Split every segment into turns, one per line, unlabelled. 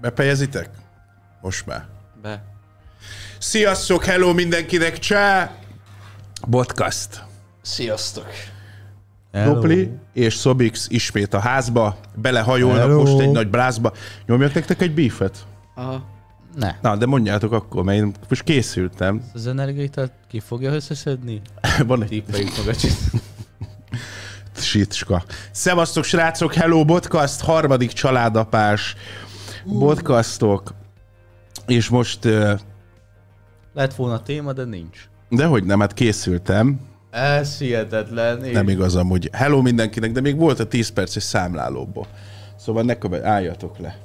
Repejezitek? Most már.
Be.
Sziasztok, hello mindenkinek, csá! Podcast.
Sziasztok.
Hello.
Dopli és Szobix ismét a házba, belehajolnak
Hello.
most egy nagy blázba. Nyomjak nektek egy bífet?
Aha.
Ne.
Na, de mondjátok akkor, mert én most készültem.
Az energiát ki fogja összeszedni?
Van egy
Tippeljük maga csin-
sicska. Szevasztok, srácok, hello, podcast, harmadik családapás, podcastok. És most, ö,
Lett volna téma, de nincs.
dehogy nem, hát készültem.
Ez hihetetlen. Én...
Nem igaz amúgy. Hello mindenkinek, de még volt a 10 perces számlálóból. Szóval ne követ, álljatok le.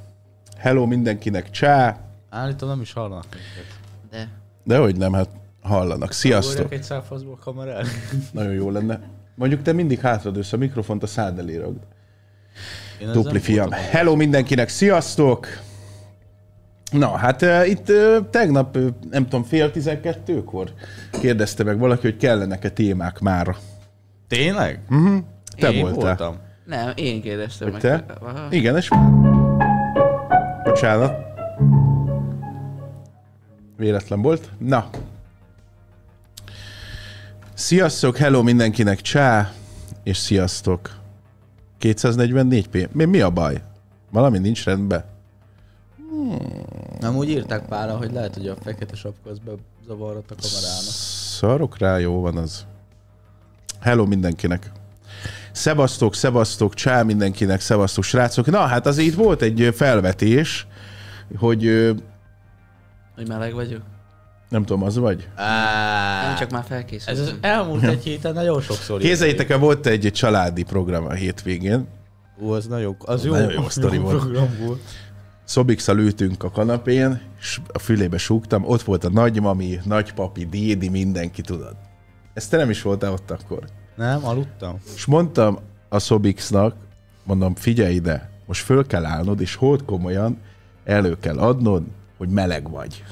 Hello mindenkinek, csá!
Állítom, nem is hallanak minket.
De.
Dehogy nem, hát hallanak. Sziasztok!
Úrják egy száfaszból a kamerát.
Nagyon jó lenne. Mondjuk te mindig hátradősz a mikrofont, a szád elé ragd.
Én ezzel
Dupli
nem
fiam.
voltam.
Hello mindenkinek, sziasztok! Na, hát uh, itt uh, tegnap, uh, nem tudom, fél tizenkettőkor kérdezte meg valaki, hogy kellenek-e témák már.
Tényleg?
Hm, Te
Én
voltál.
voltam.
Nem, én kérdeztem
Hogy
meg.
te?
Aha.
Igen, és... Bocsánat. Véletlen volt. Na. Sziasztok, hello mindenkinek, csá, és sziasztok. 244 p. Mi, mi a baj? Valami nincs rendben?
Nem úgy írták pára, hogy lehet, hogy a fekete sapka az bezavarott a kamerának.
Szarok rá, jó van az. Hello mindenkinek. Szevasztok, szevasztok, csá mindenkinek, szevasztok srácok. Na hát azért itt volt egy ö, felvetés, hogy ö,
Hogy meleg vagyok?
nem tudom, az vagy?
Nem,
Á,
csak már
Ez az
felkészültem.
elmúlt egy héten nagyon sokszor írták.
Képzeljétek el, volt egy családi program a hétvégén.
Ú, az nagyon, az jó,
nagyon jó sztori volt.
program volt.
Szobikszal ültünk a kanapén, és a fülébe súgtam, ott volt a nagymami, nagypapi, dédi, mindenki, tudod. Ezt te nem is voltál ott akkor.
Nem, aludtam.
És mondtam a Szobixnak, mondom, figyelj ide, most föl kell állnod, és hold komolyan elő kell adnod, hogy meleg vagy.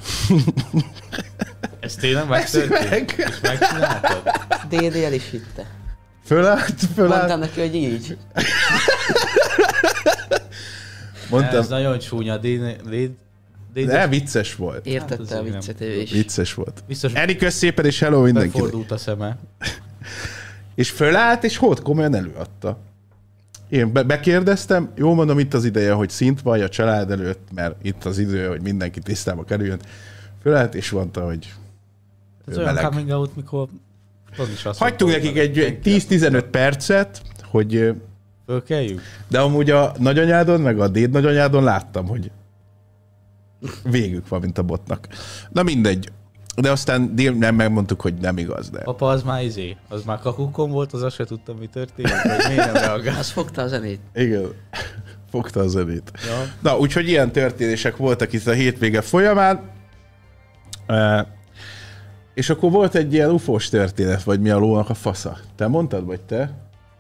Ez tényleg megtörtént?
Meleg?
Megcsináltad?
DD el is hitte.
Fölállt,
Mondtam
fölállt.
neki, hogy így.
Mondtam,
Ez nagyon csúnya, Déd... Déd...
de
Déd...
vicces volt.
Értette a
Hát az
viccet ő is.
Vicces volt.
Biztos
Erik szépen, és hello mindenkinek.
megfordult a szeme.
És fölállt, és hód komolyan előadta. Én be- bekérdeztem, jó mondom, itt az ideje, hogy szint vagy a család előtt, mert itt az idő, hogy mindenki tisztába kerüljön. Fölállt, és mondta, hogy
Ez
Ő
olyan
meleg.
coming out, mikor az is azt
hagytunk
mondta,
nekik
hogy
egy egy 10-15 percet, hogy ö,
Fölkeljük?
de amúgy a nagyanyádon, meg a déd nagyanyádon láttam, hogy végük van, mint a botnak. Na mindegy. De aztán dél- nem megmondtuk, hogy nem igaz, de
Apa az már izé, az már kakukon volt, az azt se tudtam, mi történik, hogy miért nem reagál.
Az fogta a zenét.
igen, fogta a zenét.
Ja.
Na, úgyhogy ilyen történések voltak itt a hétvége folyamán. E, és akkor volt egy ilyen ufós történet, vagy mi a lónak a fasza. Te mondtad, vagy te?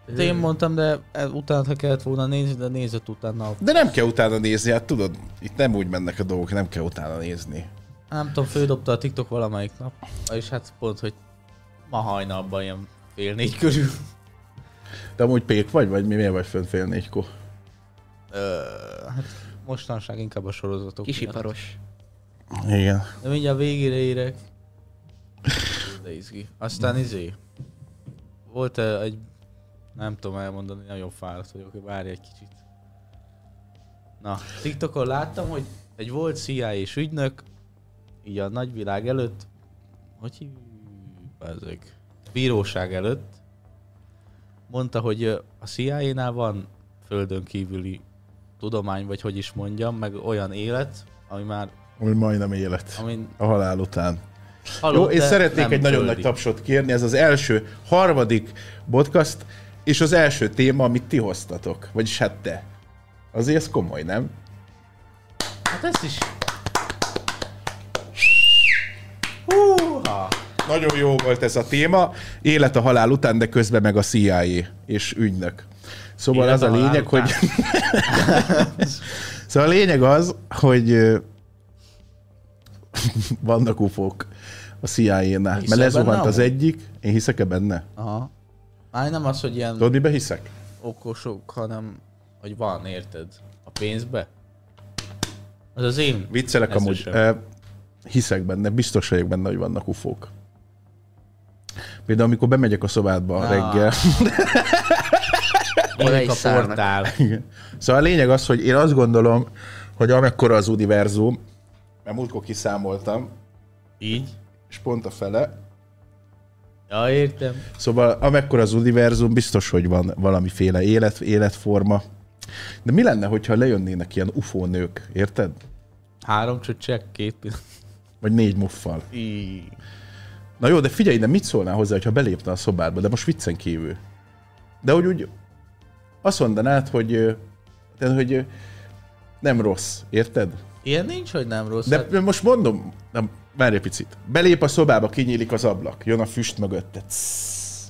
Hát Én mondtam, de e, utána ha kellett volna nézni, de nézett utána.
De nem kell utána nézni, hát tudod, itt nem úgy mennek a dolgok, nem kell utána nézni.
Nem tudom, földobta a TikTok valamelyik nap, és hát pont, hogy ma hajnalban ilyen fél négy körül.
Te amúgy pék vagy, vagy mi, miért vagy fönt fél négykor?
Ö, hát mostanság inkább a sorozatok miatt.
Kisiparos.
Igen.
De mindjárt végére érek. De izgi. Aztán izé. Volt -e egy... Nem tudom elmondani, nagyon fáradt vagyok, hogy várj egy kicsit. Na, TikTokon láttam, hogy egy volt CIA és ügynök, így a nagyvilág előtt, hogy hívják ezek? Bíróság előtt, mondta, hogy ö, a CIA-nál van földön kívüli tudomány, vagy hogy is mondjam, meg olyan élet, ami már,
Ami majdnem élet.
amin
A halál után.
Halott,
Jó, én
de
szeretnék
nem
egy nagyon
földi.
nagy tapsot kérni, ez az első, harmadik podcast, és az első téma, amit ti hoztatok. Vagyis hát te. Azért ez komoly, nem?
Hát ezt is... Húha!
Nagyon jó volt ez a téma, élet a halál után, de közben meg a CIA és ügynök. Szóval
Élet
az a
a halál
lényeg,
után.
hogy... szóval a lényeg az, hogy ö, vannak ufók a CIA-nál. Mert
Hiszel
lezuhant
benne
az
amúgy?
egyik. Én hiszek-e benne?
Aha. Már nem az, hogy ilyen
Tudod, mibe hiszek?
okosok, hanem hogy van, érted? A pénzbe? Az az én.
Viccelek
Ez
amúgy.
sem.
Ö, hiszek benne, biztos vagyok benne, hogy vannak ufók. Például amikor bemegyek a szobádba ah. reggel. E-
Oda
Nyílik
is
a
szárnak.
portál.
Igen. Szóval a lényeg az, hogy én azt gondolom, hogy amekkora az univerzum, mert múltkor kiszámoltam,
Így?
és pont a fele,
Ja, értem.
Szóval amekkora az univerzum, biztos, hogy van valamiféle élet, életforma. De mi lenne, hogyha lejönnének ilyen UFO nők, érted?
Három csöcsek, két pillanat.
Vagy négy muffal. Na jó, de figyelj, de mit szólnál hozzá, ha belépne a szobádba, de most viccen kívül. De hogy úgy azt mondanád, hogy, ö, de, hogy ö, nem rossz, érted?
Ilyen nincs, hogy nem rossz.
De
Hát, De...
Szóval-
most mondom, nem, várj egy picit. Belép a szobába, kinyílik az ablak, jön a füst mögötte. Cssz,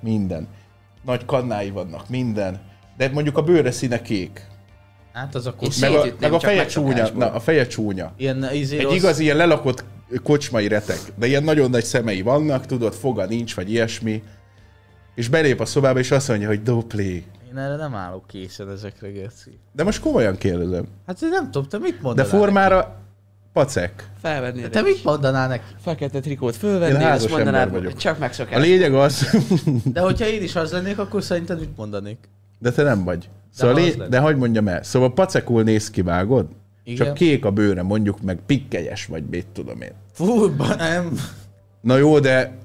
minden. Nagy kannái vannak, minden. De mondjuk a bőre színe kék.
Hát az akkor...
És-
Meg a,
Szétütném
meg a
csak
feje
megszokásból.
csúnya. Na, a feje csúnya.
Ilyen izé
Egy
rossz-
igazi ilyen lelakott kocsmai retek. De ilyen nagyon nagy szemei vannak, tudod, foga nincs, vagy ilyesmi. És belép a szobába, és azt mondja, hogy doplé.
Én erre nem állok készen ezekre, Gerci.
De most komolyan kérdezem.
Hát én nem tudom, te mit
De
mondanál
formára pacek.
Felvennél
neki? Te
egy
mit mondanál neki?
fekete trikót
Én
fölvennél,
házas
azt mondanád,
ember vagyok.
hogy csak
A
megszokás.
lényeg az,
De hogyha én is az lennék, akkor szerinted mit mondanék?
De te nem vagy. Szóval
az
lé...
lenne.
De hagyd mondjam el. Szóval pacekul néz ki, vágod?
Igen.
Csak kék a bőre, mondjuk meg pikkelyes vagy, mit tudom én.
Fúrba, nem.
Na jó, de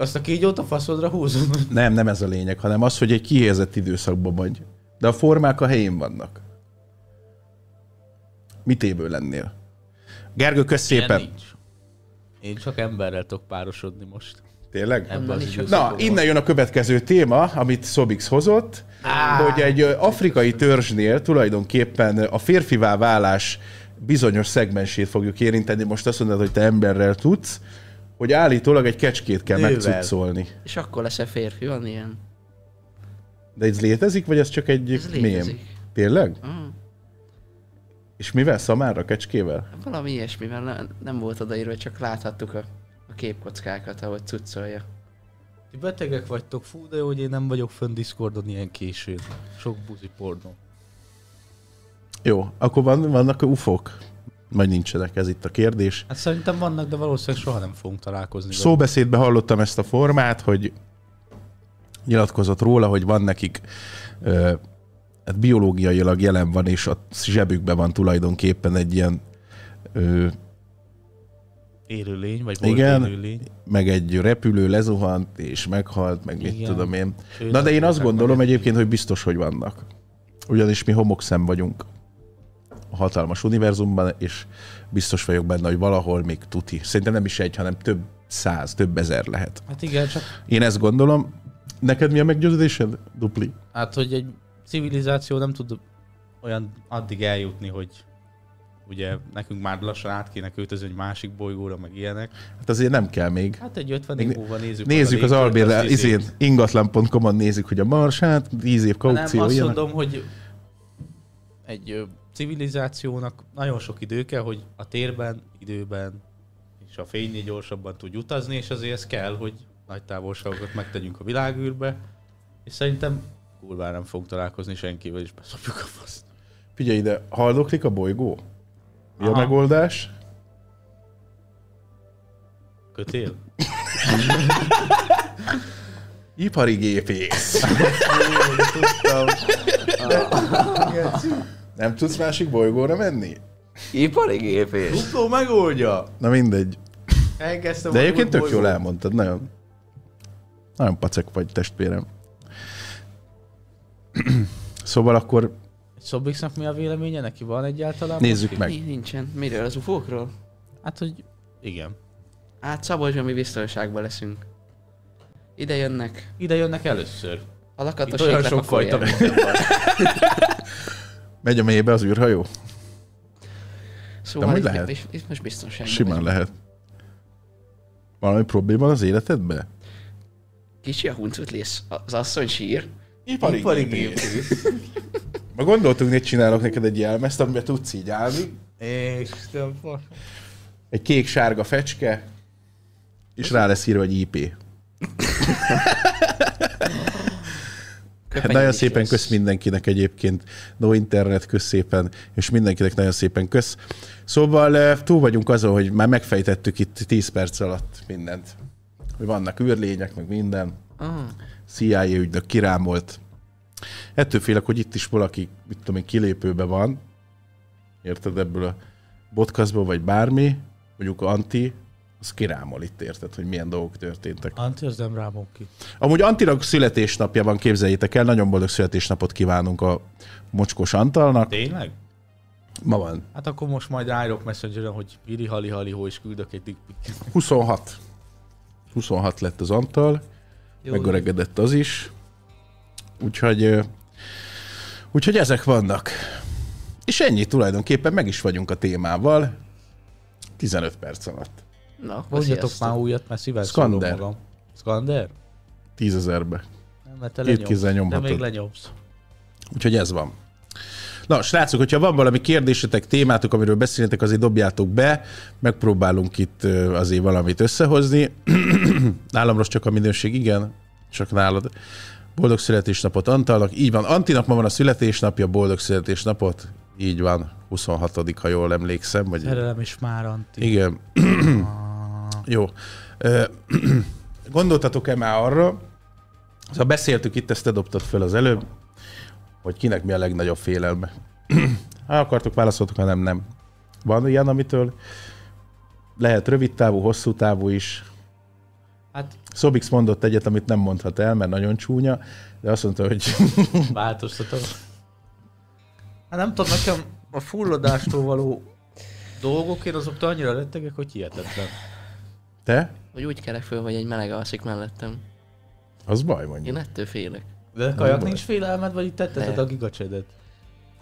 Azt a kígyót a faszodra húzom.
nem, nem ez a lényeg, hanem az, hogy egy kihézett időszakban vagy. De a formák a helyén vannak. Mit évő lennél? Gergő, kösz
Ilyen
szépen.
nincs. Én csak emberrel tudok párosodni most.
Tényleg?
Ebben az
nincs
időszakban.
Na, innen jön a következő téma, amit Sobix hozott, hogy egy ö, afrikai törzsnél tulajdonképpen a férfivá válás bizonyos szegmensét fogjuk érinteni. Most azt mondod, hogy te emberrel tudsz, hogy állítólag egy kecskét kell
Nővel.
megcucolni.
És akkor lesz-e férfi, van ilyen?
De ez létezik, vagy ez csak egy
Ez
mém?
létezik.
Tényleg?
Mm.
És mivel? Szamára, kecskével?
Valami ilyesmi, mert nem, nem volt odaírva, csak láthattuk a, a képkockákat, ahogy cuccolja.
Ti betegek vagytok, fú, de jó, hogy én nem vagyok fönn Discordon ilyen későn. Sok buzi pornó.
Jó, akkor van, vannak ufok? Majd nincsenek, ez itt a kérdés.
Hát szerintem vannak, de valószínűleg soha nem fogunk találkozni. vele.
Szóbeszédben hallottam ezt a formát, hogy nyilatkozott róla, hogy van nekik, ö, hát biológiailag jelen van, és a zsebükben van tulajdonképpen egy ilyen, ö,
Élőlény, vagy volt
Igen.
élőlény.
meg egy repülő lezuhant, és meghalt, meg mit
Igen.
tudom én.
Ő
Na de én
nem
azt
tudták
gondolom
meg.
egyébként, hogy biztos, hogy vannak. Ugyanis mi homokszem vagyunk a hatalmas univerzumban, és biztos vagyok benne, hogy valahol még tuti. Szerintem nem is egy, hanem több száz, több ezer lehet.
Hát igen, csak
Én ezt gondolom. Neked mi a meggyőződésed, Dupli?
Hát, hogy egy civilizáció nem tud olyan addig eljutni, hogy ugye nekünk már lassan át kéne költözni egy másik bolygóra, meg ilyenek.
Hát azért nem kell még.
Hát egy 50 év
Még
múlva nézzük.
Nézzük az Albér izén, ingatlan.com-on nézzük, hogy a marsát, 10 év
Nem, azt
kaukció, ilyenek.
mondom, hogy egy ö, civilizációnak nagyon sok idő kell, hogy a térben, időben és a fénynél gyorsabban tud utazni, és azért ez kell, hogy nagy távolságokat megtegyünk a világűrbe, és szerintem kurvára nem fogunk találkozni senkivel, és beszopjuk a faszt.
Figyelj ide, haldoklik a bolygó? Mi a
Aha.
megoldás?
Kötél?
Ipari gépész. Nem tudsz másik bolygóra menni?
Ipari gépész.
Dupló megoldja!
Na mindegy.
Elkezdtem
De
a
egyébként tök
bolygó-
jól elmondtad, nagyon. Nagyon pacek vagy, testvérem. Szóval akkor
Szobixnak mi a véleménye? Neki van egyáltalán?
nézzük
Most így?
meg.
Nincsen. Miről? Az ufókról?
Hát, hogy igen.
Hát Szabolcsban mi biztonságban leszünk. Ide jönnek.
Ide jönnek először.
A
Itt
lakatos
olyan
éklek,
sok
akkor
fajta
jön.
minden van.
megy a mélybe az űrhajó?
Szóval
hogy
itt,
lehet?
Itt, itt, most biztonságban
Simán
vagyunk.
lehet. Valami probléma van az életedben?
Kicsi a huncut lész. Az asszony sír.
Hát Ipari,
Ipari
gépész. Ma gondoltunk, hogy csinálok neked egy jelmezt, amiben tudsz így állni.
Isten, fa-
Egy kék-sárga fecske, és rá lesz írva, hogy IP. Hát nagyon szépen kösz mindenkinek egyébként, no internet, kösz szépen, és mindenkinek nagyon szépen kösz. Szóval ö, túl vagyunk azon, hogy már megfejtettük itt 10 perc alatt mindent. Hogy vannak űrlények, meg minden.
Ah,
CIA ügynök kirámolt. Ettől félek, hogy itt is valaki, mit tudom én, kilépőbe van, érted, ebből a podcastból, vagy bármi, mondjuk Anti, az kirámol itt, érted, hogy milyen dolgok történtek.
Anti, az nem rámok ki.
Amúgy Antinak születésnapja van, képzeljétek el, nagyon boldog születésnapot kívánunk a Mocskos Antalnak.
Tényleg?
Ma van.
Hát akkor most majd ráírok messengeren, hogy Iri Hali Hali Hó, és küldök egy dick pic.
26. 26 lett az Antal,
jó,
megöregedett az is. Úgyhogy, ö, úgyhogy ezek vannak. És ennyi tulajdonképpen, meg is vagyunk a témával. 15 perc alatt.
Na, akkor
Mondjatok
sziasztok.
már újat, mert szíven szúrom
Skander.
magam. Skander?
10 ezerbe.
Nem, mert te
Két
lenyomsz.
kézzel
De
nyomhatod.
még lenyomsz.
Úgyhogy ez van. Na, srácok, hogyha van valami kérdésetek, témátok, amiről beszélnétek, azért dobjátok be, megpróbálunk itt ö, azért valamit összehozni. Nálam rossz csak a minőség, igen, csak nálad. Boldog születésnapot Antalnak, így van. Antinak ma van a születésnapja, boldog születésnapot, így van, 26 ha jól emlékszem, vagy...
Szerelem és már Anti.
Igen. Jó. Ö, Gondoltatok-e már arra, ha beszéltük itt, ezt te dobtad föl az előbb, hogy kinek mi a legnagyobb félelme? ha akartok, válaszoltok, ha nem, nem. Van ilyen, amitől lehet rövid távú, hosszú távú is.
Hát
Szobix mondott egyet, amit nem mondhat el, mert nagyon csúnya, de azt mondta, hogy
változtatom. Hát nem tudom, nekem a fulladástól való dolgokért azoktól annyira rettegek, hogy hihetetlen.
te,
Hogy úgy kelek föl, hogy egy meleg alszik mellettem.
az baj mondja.
Én ettől félek.
De kajak nincs félelmed, vagy itt tetteted
Ne.
a gigacsedet?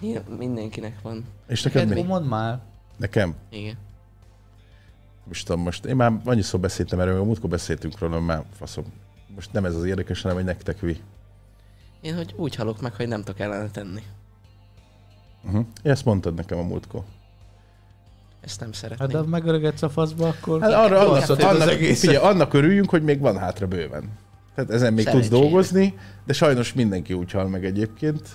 Én, mindenkinek van.
És
Hát
neked mi?
mondd már.
Nekem?
Igen.
Most tudom, most én már annyiszor beszéltem erről, a múltkor beszéltünk róla, már faszom. Most nem ez az érdekes, hanem hogy nektek mi.
Én hogy úgy halok meg, hogy nem tudok ellene tenni.
Uh-huh. Ezt mondtad nekem a múltkor.
Ezt nem
Hát
szeretném.
de ha megöregedsz a faszba, akkor...
Hát arra,
Jó,
annak,
hát
annak,
az
annak,
egészet.
figyelj, annak örüljünk, hogy még van hátra bőven. Tehát ezen még tudsz
Szerencsére.
dolgozni, de sajnos mindenki úgy hal meg egyébként,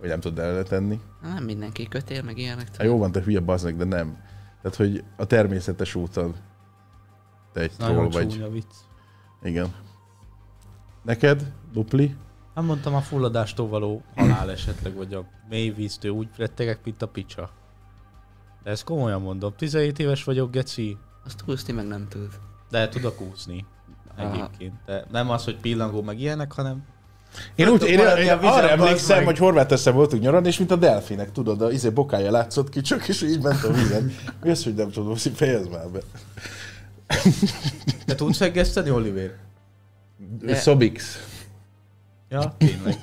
hogy nem tud előtenni.
Nem mindenki kötél, meg ilyenek.
Hát jó van, te hülye baznak, de nem. Tehát, hogy a természetes úton te egy troll
Nagyon
vagy.
csúnya vicc.
Igen. Neked, dupli,
Nem Hát, mondtam a fulladástól való halál esetleg, vagy a mély víztől úgy rettegek, mint a picsa. De ezt komolyan mondom, 17 éves vagyok, geci,
Azt úszni meg nem tud.
de tudok úszni egyébként. De nem az, hogy pillangó meg ilyenek, hanem
Én,
Nem
úgy,
tudok
én,
maradni
én
a vizen,
arra
bazd
emlékszem,
meg.
hogy Horváteszem voltunk nyaralni, és mint a delfinek, tudod, a izé bokája látszott ki, csak és így ment a vízen. Mi az, hogy nem tudom, hogy fejezd már be.
Te tudsz eggeszteni, Oliver?
De-
Szobix.
Ja, tényleg.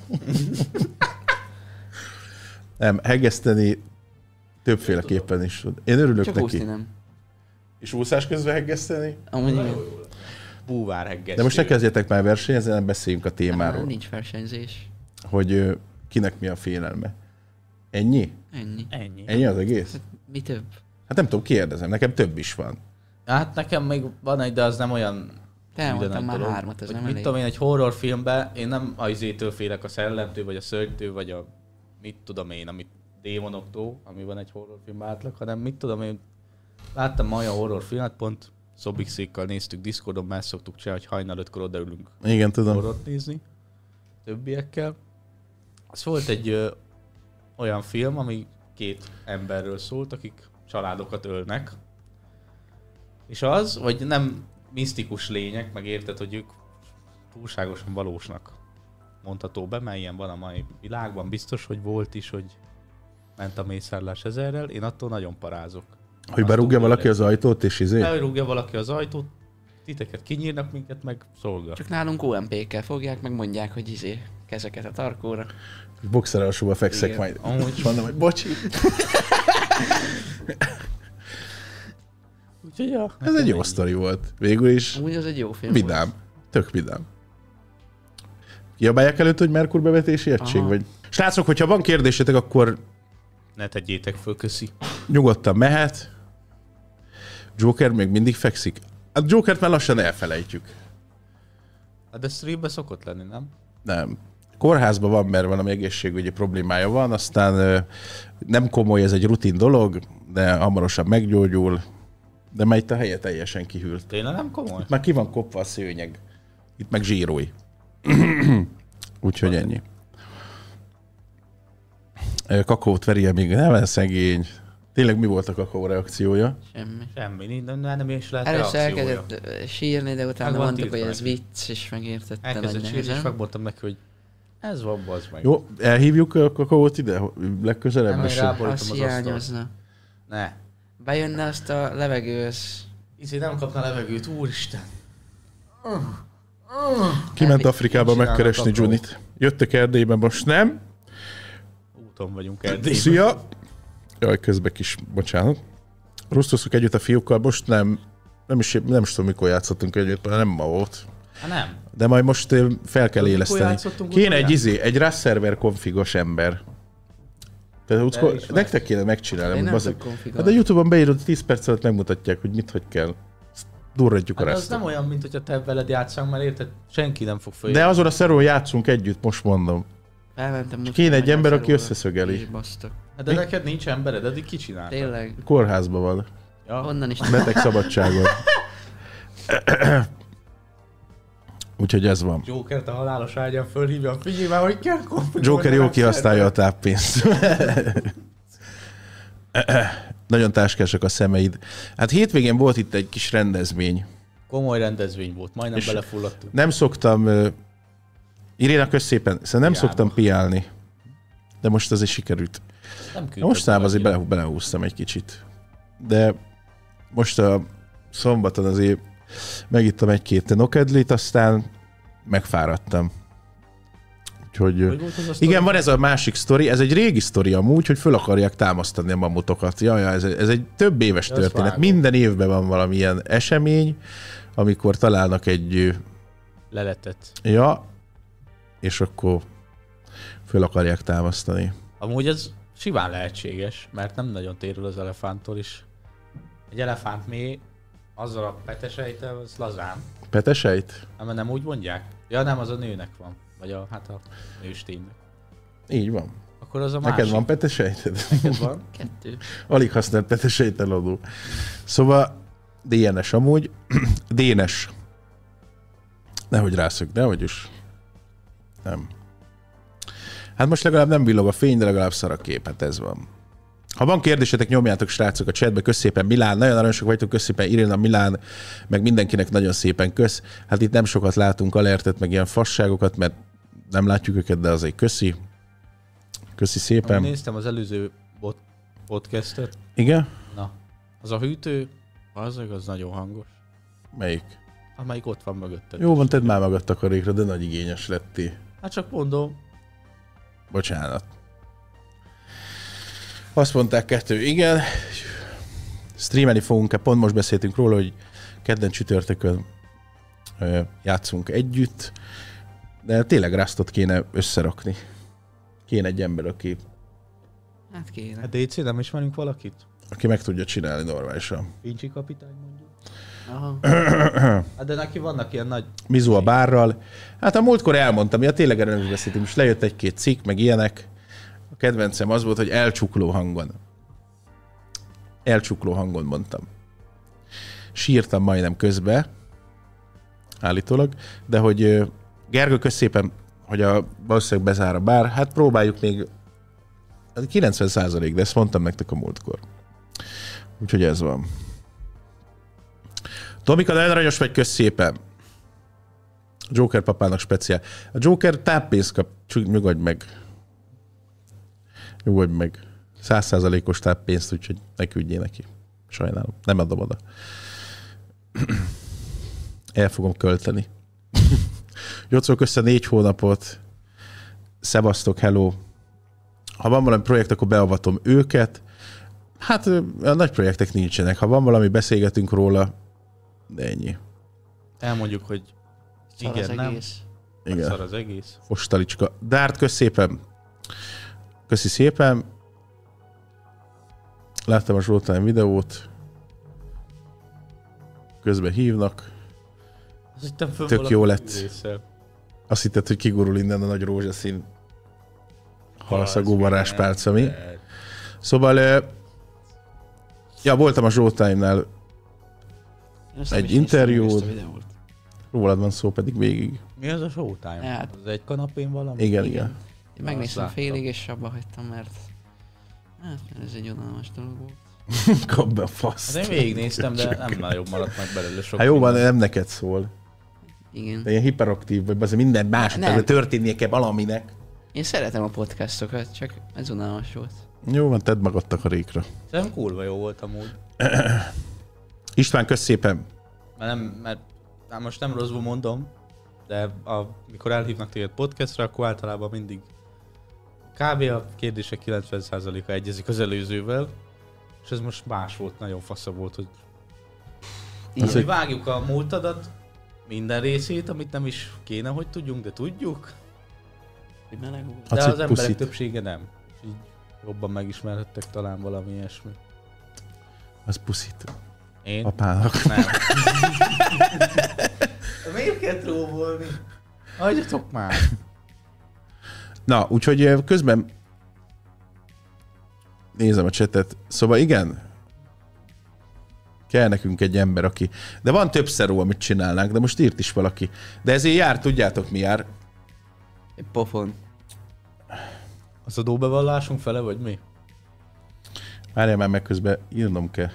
Nem, hegeszteni többféleképpen is. tud. Én örülök
Csak
neki.
úszni nem.
És úszás közben hegeszteni?
Amúgy igen.
Búvár eggesztő.
De most ne kezdjetek már versenyezni, nem beszéljünk a
Már
témáról,
nincs versenyzés.
hogy ö, kinek mi a félelme. Ennyi?
Ennyi.
Ennyi.
Ennyi az egész?
Hát, Mi több?
Hát nem tudom, kérdezem, nekem több is van.
Hát nekem még van egy, de az nem olyan
Te elmondtam
Ugyanagy
már
dolog.
hármat, ez
Hogy
nem
mit
elég.
tudom én, egy horrorfilmben én nem a izétől félek, a szellemtől, vagy a szörnytől, vagy a mit tudom én, amit démonoktól, ami van egy horrorfilmben átlag, hanem mit tudom én, láttam ma olyan horrorfilmet, pont Szobikszékkal néztük Discordon, már ezt szoktuk csinálni, hogy hajnal ötkor odaülünk
Igen, tudom.
horrort nézni, többiekkel. Az volt egy ö, olyan film, ami két emberről szólt, akik családokat ölnek. És az, hogy nem misztikus lények, meg érted, hogy ők túlságosan valósnak mondható be, mert ilyen van a mai világban, biztos, hogy volt is, hogy ment a mészárlás ezerrel, én attól nagyon parázok.
Hogy berúgja valaki az ajtót, és izé?
Elrúgja valaki az ajtót, titeket kinyírnak minket, meg szolga.
Csak nálunk OMP-kkel fogják, meg mondják, hogy izé, kezeket a tarkóra.
Boxer alsóba fekszek
Igen.
majd.
Amúgy
Mondom, hogy bocsi.
Úgyhogy ja,
Ez egy jó sztori volt. Végül is
Amúgy az egy jó film volt.
vidám. Tök vidám. Kiabálják előtt, hogy Merkur bevetési egység
Aha.
vagy? Srácok, hogyha van kérdésetek, akkor
Ne tegyétek föl, köszi.
nyugodtan mehet. Joker még mindig fekszik. A Jokert már lassan elfelejtjük.
Hát de streambe szokott lenni, nem?
Nem. Kórházban van, mert valami egészségügyi problémája van, aztán ö, nem komoly, ez egy rutin dolog, de hamarosan meggyógyul, de már itt a helye teljesen kihűlt.
Tényleg nem komoly?
Már ki van kopva a szőnyeg. Itt meg zsírói. Úgyhogy ennyi. Ö, Kakaót verje még, nem szegény. Tényleg mi volt a kakaó reakciója?
Semmi.
Semmi, nem, nem, nem is lehet
Először
Hát reakciója.
elkezdett ö, sírni, de utána
Meg van
mondtuk, hogy
tiltva
ez vicc, és megértette nagy
Elkezdett sírni, és
nehezen.
megmondtam neki, hogy ez van, bazd meg.
Jó, elhívjuk a kakaót ide legközelebb?
Nem,
és-
én ráborítom az
Azt
asztalt.
hiányozna.
Ne.
Bejönne azt a levegőhöz.
Izé nem kapna levegőt, úristen.
Kiment Afrikába
Csinálnak
megkeresni
kakaót.
Junit. Jöttek Erdélybe, most nem.
Úton vagyunk Erdélyben.
Szia! Jaj, közben kis, bocsánat. Rusztuszuk együtt a fiúkkal, most nem, nem is, nem is tudom, mikor játszottunk együtt, mert nem ma volt.
Hát nem.
De majd most ö, fel kell
Mikor
éleszteni.
játszottunk
Kéne
utoljára?
egy izé, egy RAS server konfigos ember. Tehát utko,
is van.
nektek kéne
Én
megcsinálni,
nem
bazeg.
tudok konfigurálni.
Hát a Youtube-on beírod, 10 perc alatt megmutatják, hogy mit, hogy kell. Ezt Durradjuk
Hát
a
az
rest.
nem olyan, mint hogyha te veled játszánk, mert érted, senki nem fog följönni.
De azon a szerón játszunk együtt, most mondom.
Elmentem most.
kéne egy
magyar
ember, aki
szalóra,
összeszögeli.
És basztok.
Hát de neked nincs embered, eddig ki csinálta?
Tényleg.
Kórházban van.
Ja.
Onnan is
Beteg szabadságon. Úgyhogy ez van.
Joker a halálos ágyán fölhívja, figyelj már, hogy kell konfigurálni.
Joker jó kihasználja a táppénzt. Nagyon táskásak a szemeid. Hát hétvégén volt itt egy kis rendezvény.
Komoly rendezvény volt, majdnem
És-
belefulladtunk.
Nem szoktam... ö, Iréna, kösz szépen. Szóval nem
Hiába.
szoktam piálni. De most azért sikerült.
Nem küldtök
Mostanában azért
valakit.
bele, belehúztam egy kicsit. De most a szombaton azért megittam egy-két nokedlit, aztán megfáradtam. Úgyhogy... ö,
Hogy volt az a sztori?
Igen, van ez a másik sztori, ez egy régi sztori amúgy, hogy föl akarják támasztani a mamutokat. Ja, ja, ez, ez egy több éves
Ez
történet.
vágó.
Minden évben van valamilyen esemény, amikor találnak egy ö,
Leletett.
ja, és akkor föl akarják támasztani.
Amúgy ez simán lehetséges, mert nem nagyon térül az elefánttól is. Egy elefánt mély, azzal a petesejtel, az lazán.
Petesejt?
Nem, nem úgy mondják? Ja nem, az a nőnek van. Vagy a, hát a nősténynek.
Így van.
Akkor az a másik.
Neked van petesejted?
Neked van?
kettő.
Alig használt petesejt eladó. Szóval DNS amúgy. DNS. Nehogy rászök, nehogy is. Nem. Hát most legalább nem villog a fény, de legalább szar a kép, hát ez van. Ha van kérdésetek, nyomjátok srácok a chatbe, kösz szépen Milán, nagyon aranyosak vagytok, kösz szépen Irina Milán, meg mindenkinek nagyon szépen kösz. Hát itt nem sokat látunk alertet, meg ilyen fasságokat, mert nem látjuk őket, de azért köszi. Köszi
Amúgy
szépen.
Néztem az előző bot- podcastet.
Igen?
Na, az a hűtő, az az nagyon hangos.
Melyik?
Amelyik ott van mögötted.
Jó van, tedd már magad takarékra, de nagy igényes lettél.
Hát csak mondom,
Bocsánat. Azt mondták kettő, igen. Streamelni fogunk-e? Pont most beszéltünk róla, hogy kedden csütörtökön ö, játszunk együtt, de tényleg ráztot kéne összerakni. Kéne egy ember, aki,
Hát kéne.
hát DC nem ismerünk valakit?
aki meg tudja csinálni normálisan.
Fincsi kapitány mondjuk.
Aha.
Hát de neki vannak ilyen nagy...
Mizu a bárral. Hát a múltkor elmondtam, ja tényleg erről nem is beszéltünk, most lejött egy-két cikk, meg ilyenek. A kedvencem az volt, hogy elcsukló hangon. Elcsukló hangon mondtam. Sírtam majdnem közbe, állítólag, de hogy ö, Gergő, kösz szépen, hogy a valószínűleg bezár a bár, hát próbáljuk még hát 90 százalék, de ezt mondtam nektek a múltkor. Úgyhogy ez van. Tomika, nagyon aranyos vagy, kösz szépen. Joker papának speciál. A Joker táppénzt kap, Csú, nyugodj meg. Nyugodj meg. Százszázalékos táppénzt, úgyhogy ne küldjél neki. Sajnálom, nem adom oda. El fogom költeni. Jocok össze négy hónapot. Szevasztok, hello. Ha van valami projekt, akkor beavatom őket. Hát ö, a nagy projektek nincsenek. Ha van valami, beszélgetünk róla. De ennyi.
Elmondjuk, hogy
Szar
igen,
az
nem.
egész.
Igen.
Igen.
Szar az egész.
Fostalicska. Dárt, kösz szépen. Köszi szépen. Láttam a Zsoltán videót. Közben hívnak.
Az itt nem föl
Tök
valami
jó lett.
művésszel.
Azt hitted, hogy kigurul innen a nagy rózsaszín halszagú
Az
varázspálca, mi?
minden.
Szóval, ö, ja, voltam a Showtime-nál,
Azt nem
Egy
is néztem meg
interjút.
ezt a videót.
rólad van szó pedig végig.
Mi az a showtime?
Hát.
Az egy kanapén valami?
Igen, igen.
Én megnéztem
Azt láttam.
félig, és abba hagytam, mert... Hát, mert ez egy unalmas dolog volt.
Kap be a
Hát
fasz.
én végignéztem, de nem már jobb maradt meg belőle sok.
Hát jó, van,
minden.
nem neked szól.
Igen.
Te ilyen hiperaktív vagy, azért minden másodpercben
Nem.
történnie kell valaminek.
Én szeretem a podcastokat, csak ez unalmas volt.
Jó van, tedd magad takarékra.
Szerintem kurva jó volt amúgy.
István, kösz szépen.
Mert nem, mert hát most nem rosszul mondom, de amikor elhívnak téged podcastra, akkor általában mindig kb. a kérdések 90%-a egyezik az előzővel, és ez most más volt, nagyon fasza volt, hogy
Ez
hogy
egy-
vágjuk a múltadat, minden részét, amit nem is kéne, hogy tudjunk, de tudjuk,
Hogy meleg volt.
A
de az emberek
cikkpuszit.
többsége nem. És így jobban megismerhettek talán valami ilyesmi.
Az puszít.
Én?
Apának.
Nem. Miért kell tróbolni? Hagyjatok már.
Na, úgyhogy ö, közben nézem a csetet. Szóval igen, kell nekünk egy ember, aki... De van több szeró, amit csinálnánk, de most írt is valaki. De ezért jár, tudjátok mi jár.
Egy pofon.
Az adóbevallásunk fele, vagy mi?
Várjál már meg, közben írnom kell.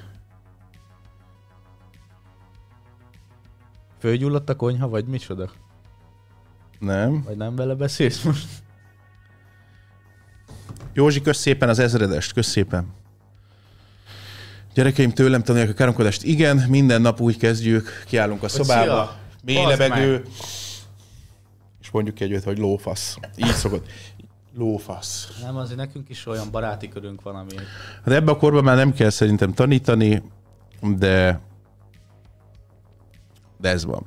Fölgyulladt a konyha, vagy micsoda?
Nem.
Vagy nem vele beszélsz most?
Józsi, kösz szépen az ezredest, kösz szépen. Gyerekeim tőlem tanulják a káromkodást. Igen, minden nap úgy kezdjük, kiállunk a szobába,
szia,
mély
bazd
levegő, és mondjuk egyet, hogy lófasz. Így szokott. Lófasz.
Nem, azért nekünk is olyan baráti körünk van, ami...
Hát ebbe a korban már nem kell szerintem tanítani, de de ez van.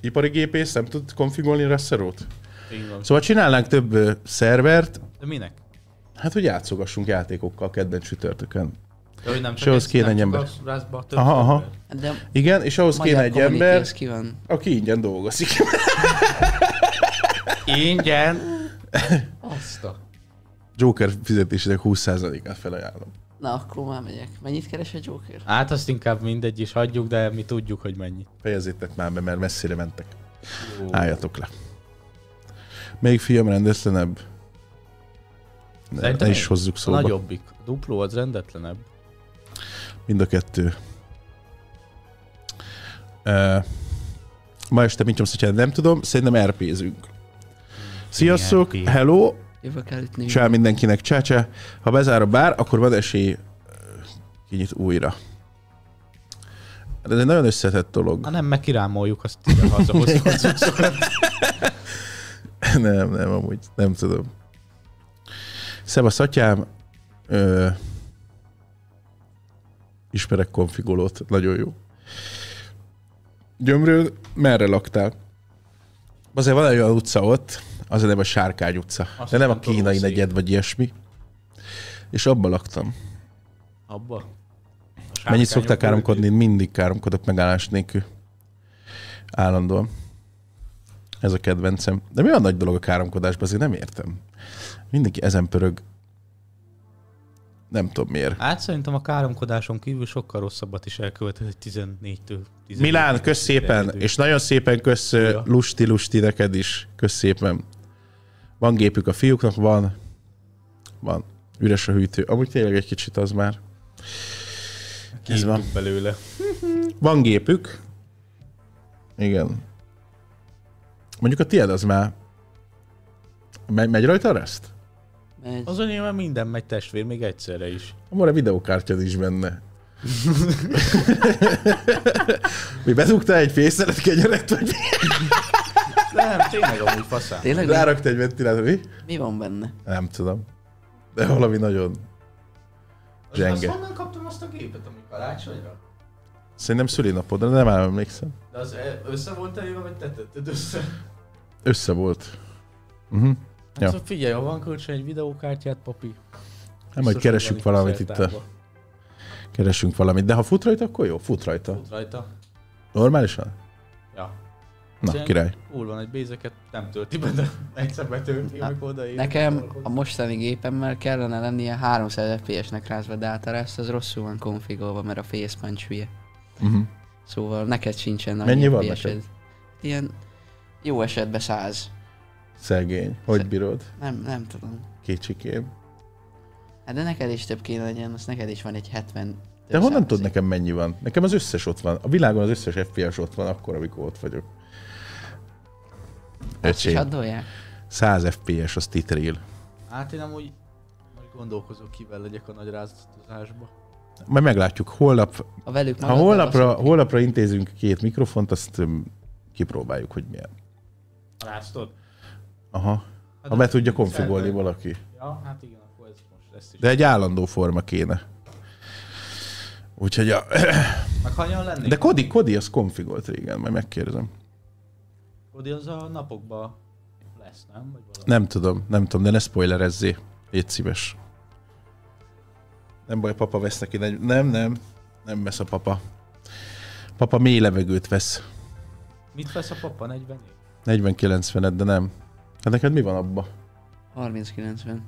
Ipari gépész nem tud konfigolni rasszerót?
Így van.
Szóval csinálnánk több ö, szervert,
De minek?
hát hogy játszogassunk játékokkal kedvenc csütörtökön.
De hogy nem
És ahhoz kéne egy ember. Aha, aha.
De
Igen, és ahhoz
magyar
kéne egy ember,
Ez ki van.
aki ingyen dolgozik.
Ingyen. Azt a...
Joker fizetésének 20%-át felajánlom.
Na, akkor már megyek. Mennyit keres a Joker?
Hát azt inkább mindegy is hagyjuk, de mi tudjuk, hogy mennyi.
Fejezzétek már be, mert messzire mentek.
Ó.
Álljatok le. Melyik film rendetlenebb? Ne,
Szerintem
ne is
én.
hozzuk
A
szóba.
nagyobbik. A dupló az rendetlenebb.
Mind a kettő. Uh, ma este mit nyomsz, hogyha nem tudom, szerintem RP-zünk. Sziasztok,
RP.
hello,
Jövök el ütni.
csá mindenkinek, csá, csá. Ha bezár a bár, akkor van esély ö, kinyit újra. De ez egy nagyon összetett dolog.
Ha nem, meg kirámoljuk, azt ide hazahoztuk az cuccokat.
Nem, nem, amúgy nem tudom. Szevasz atyám, ö, ismerek konfigolót, nagyon jó. Gyömről, merre laktál? Azért van egy olyan utca ott, az a neve Sárkány utca,
Azt
de nem a
mondtam,
kínai
Rosszék.
negyed, vagy ilyesmi. És abban laktam.
Abba. A
Mennyit
sárkányok
szokták
körül.
káromkodni? Mindig káromkodok megállás nélkül. Állandóan. Ez a kedvencem. De mi a nagy dolog a káromkodásban? Azért nem értem. Mindenki ezen pörög. Nem tudom miért.
Hát szerintem a káromkodáson kívül sokkal rosszabbat is elkövetett 14-től. 15-ig.
Milán, kösz szépen,
Terjedő.
és nagyon szépen kösz ö,
Izé, Ja.
Lusti Lusti neked is. Kösz szépen. Van gépük a fiúknak, van. Van. Üres a hűtő. Amúgy tényleg egy kicsit az már. Ez van.
Kiírtuk belőle.
Van gépük. Igen. Mondjuk a tiéd az már... Megy, megy rajta a rest?
Megy.
Azon nyilván minden megy testvér, még egyszerre is.
Amúgy a videókártyád is benne. Mi bezugtál egy fészelet kenyeret, vagy mi?
De nem, tényleg amúgy faszán.
Tényleg mi,
Rárakta egy ventilátor, mi?
mi, van benne?
Nem tudom. De valami nagyon
Azt
zsenge.
honnan kaptam azt a gépet, ami karácsonyra?
Szerintem szülinapodra, de nem már emlékszem.
De az e- össze volt elég, vagy te tetted össze?
Össze volt. Uh-huh. Ja.
Ja. Szóval figyelj, ha van kölcsön egy videókártyát, papi.
Hát majd
biztos, hogy
keresünk
van
valamit itt.
szertárban.
A... Keresünk valamit. De ha fut rajta, akkor jó, fut rajta.
Fut rajta.
Normálisan?
Ja.
Na,
Ilyen
király.
Cool van, egy bézeket nem tölti be, de egyszer betölti,
Hát,
amikor odaér.
Nekem a mostani gépemmel kellene lennie 300 FPS-nek rázva, de általában ezt az rosszul van konfigolva, mert a face punch hülye.
Uh-huh.
Szóval neked sincsen nagy
Mennyi van
FPS-ed.
neked?
Ilyen jó esetben 100.
Szegény. Hogy bírod?
Nem, nem tudom.
Kicsikém.
Hát de neked is több kéne legyen, azt neked is van egy 70.
De honnan
tudod
tudod nekem mennyi van? Nekem az összes ott van. A világon az összes FPS ott van, akkor, amikor ott vagyok.
Azt is
Öcsém,
adolják?
100 FPS az titril.
Hát én amúgy most gondolkozok, kivel legyek a nagy rázatozásba.
Majd meglátjuk. Holnap,
A
ha
velük magaddal
holnapra,
azt-
holnapra intézünk két mikrofont, azt öm, kipróbáljuk, hogy milyen.
Ráztod?
Aha.
Hát
Ha
az-
be tudja konfigolni
Hát Szerintem-
valaki.
Ja, hát igen, akkor ez most lesz is.
De egy állandó forma kéne. Úgyhogy a...
Meg hanyan lennék?
De Kodi, Kodi, az konfigolt régen, majd megkérdezem.
Kodi az a napokban lesz, nem? Vagy valami.
Nem tudom, nem tudom, de ne spoilerezzé. Légy szíves. Nem baj, papa vesz neki. negy- Nem, nem. Nem vesz a papa. Papa mély levegőt vesz.
Mit vesz a papa 40 év?
40-90-et, de nem. Hát neked mi van abba?
30-90.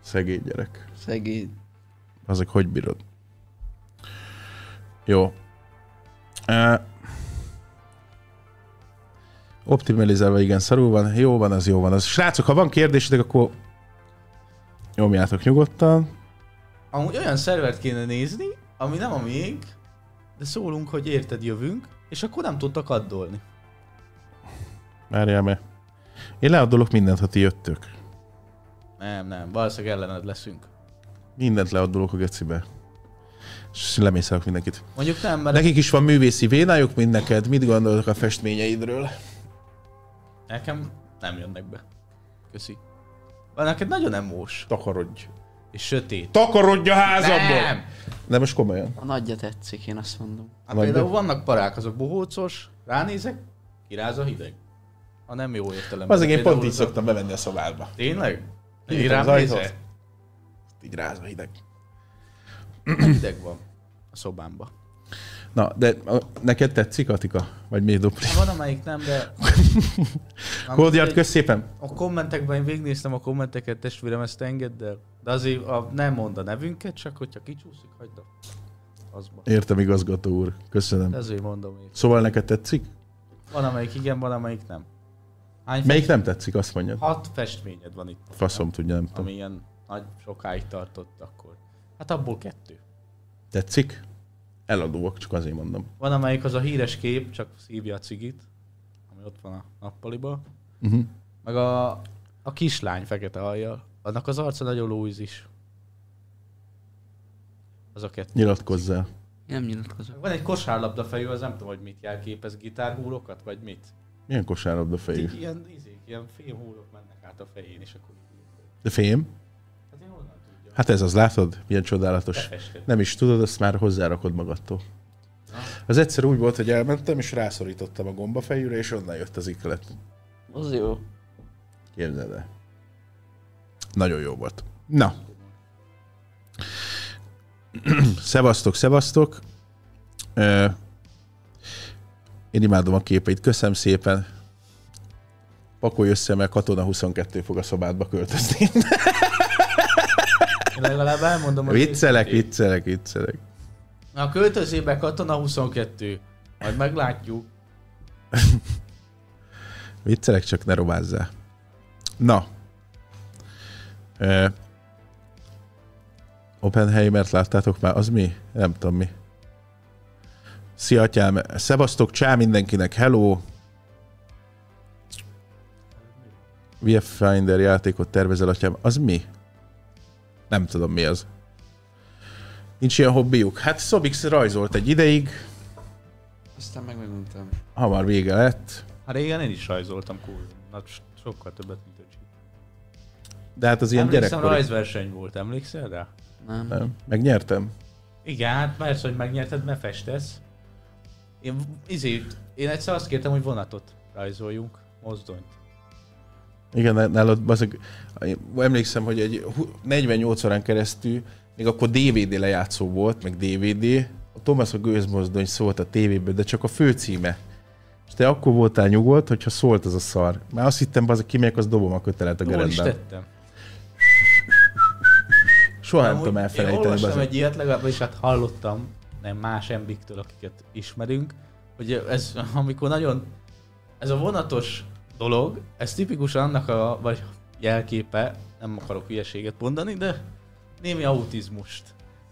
Szegény gyerek.
Szegény.
Azok hogy bírod? Jó. Uh, optimalizálva igen, szarul van. Jó van, az jó van. Az. Srácok, ha van kérdésetek, akkor nyomjátok nyugodtan.
Amúgy olyan szervert kéne nézni, ami nem a miénk, de szólunk, hogy érted, jövünk, és akkor nem tudtak addolni.
Várjál meg. Én leadolok mindent, ha ti jöttök.
Nem, nem, valószínűleg ellened leszünk.
Mindent leadolok a gecibe. És lemészálok mindenkit.
Mondjuk nem, mert
Nekik is van művészi vénájuk, mint neked. Mit gondolok a festményeidről?
nekem nem jönnek be. Köszi. Van neked nagyon emós,
Takarodj.
és sötét.
Takarodj a házamból!
Nem!
De most komolyan.
A nagyja tetszik, én azt mondom.
Hát
Vagy
például vannak parák, azok bohócos, ránézek, kiráz a hideg. Ha nem jó értelemben.
Azért én pont
Például
így
az-
szoktam bevenni a szobába.
Tényleg?
Kinyitom
Így rám
az ajtót.
nézel?
Így ráz a hideg.
Hideg van a szobámba.
Na, de a, neked tetszik, Atika? Vagy még dupli?
Hát Van amelyik nem, de... Na,
Kódját,
mindegy.
kösz szépen!
A kommentekben én végignéztem a kommenteket, testvérem, ezt engedd el. De azért a, nem mond a nevünket, csak hogyha kicsúszik, hagyd a... Azba.
Értem, igazgató úr. Köszönöm.
De azért mondom én.
Szóval neked tetszik?
Van amelyik igen, van amelyik nem. Hány
Melyik nem tetszik, azt mondja.
Hat festményed van itt,
Faszom tudja, nem tudom.
ami ilyen nagy sokáig tartott akkor. Hát abból kettő.
Tetszik? Eladóak, csak azért mondom.
Van amelyik az a híres kép, csak szívja a cigit, ami ott van a nappaliba.
Uh-huh.
Meg a, a kislány fekete hajjal. Annak az arca nagyon Louis is. Az a kettő.
Nyilatkozzál.
Én nem nyilatkozok.
Van egy kosárlabda fejű, az nem tudom, hogy mit jelképez, gitárhúrokat, vagy mit.
Milyen kosárlabda fejű?
Így Ilyen, izék, ilyen fémhúrok mennek át a fején, és akkor így.
De fém?
Hát én honnan tudja?
Hát ez az, látod? Milyen csodálatos. Nem is tudod, azt már hozzárakod magadtól. Az egyszer úgy volt, hogy elmentem, és rászorítottam a gomba fejűre, és onnan jött az iklet.
Az jó.
Képzeld el. Nagyon jó volt. Na. szevasztok, szevasztok. Ö, Én imádom a képeit. Köszönöm szépen. Pakolj össze, mert katona 22 fog a szobádba költözni.
Én legalább elmondom,
viccelek, viccelek, viccelek.
Na, a költözébe katona 22. Majd meglátjuk.
Viccelek, csak ne rovázzál. Na. Ö, Oppenheimert láttátok már? Az mi? Nem tudom mi. Szia, atyám. Szevasztok, csá mindenkinek. Hello. VF Finder játékot tervezel, atyám. Az mi? Nem tudom, mi az. Nincs ilyen hobbiuk. Hát Sobix rajzolt egy ideig,
Aztán meg meguntam.
hamar vége lett.
Hát régen én is rajzoltam, cool. Na, s- sokkal többet, mint öcsi.
De hát az ilyen
Emlékszem,
gyerekkori.
rajzverseny volt, emlékszel rá?
Nem.
Nem. Megnyertem.
Igen, hát persze, hogy megnyerted, mert festesz. Én, izé, én egyszer azt kértem, hogy vonatot rajzoljunk, mozdonyt.
Igen, nál- nálad bazeg, emlékszem, hogy egy hu- 48 órán keresztül, még akkor DVD lejátszó volt, meg DVD, a Thomas a gőzmozdony szólt a tévéből, de csak a főcíme. És te akkor voltál nyugodt, hogyha szólt az a szar. Már azt hittem, az kimegyek, az dobom a kötelet a
Jól is
gerendben.
tettem.
Soha nem
Amúgy
tudom
Én
elfelejteni.
olvastam
bazd meg.
egy ilyet, legalábbis hát hallottam nem más embiktől, akiket ismerünk, hogy ez amikor nagyon, ez a vonatos dolog, ez tipikusan annak a, vagy jelképe, nem akarok hülyeséget mondani, de némi autizmust.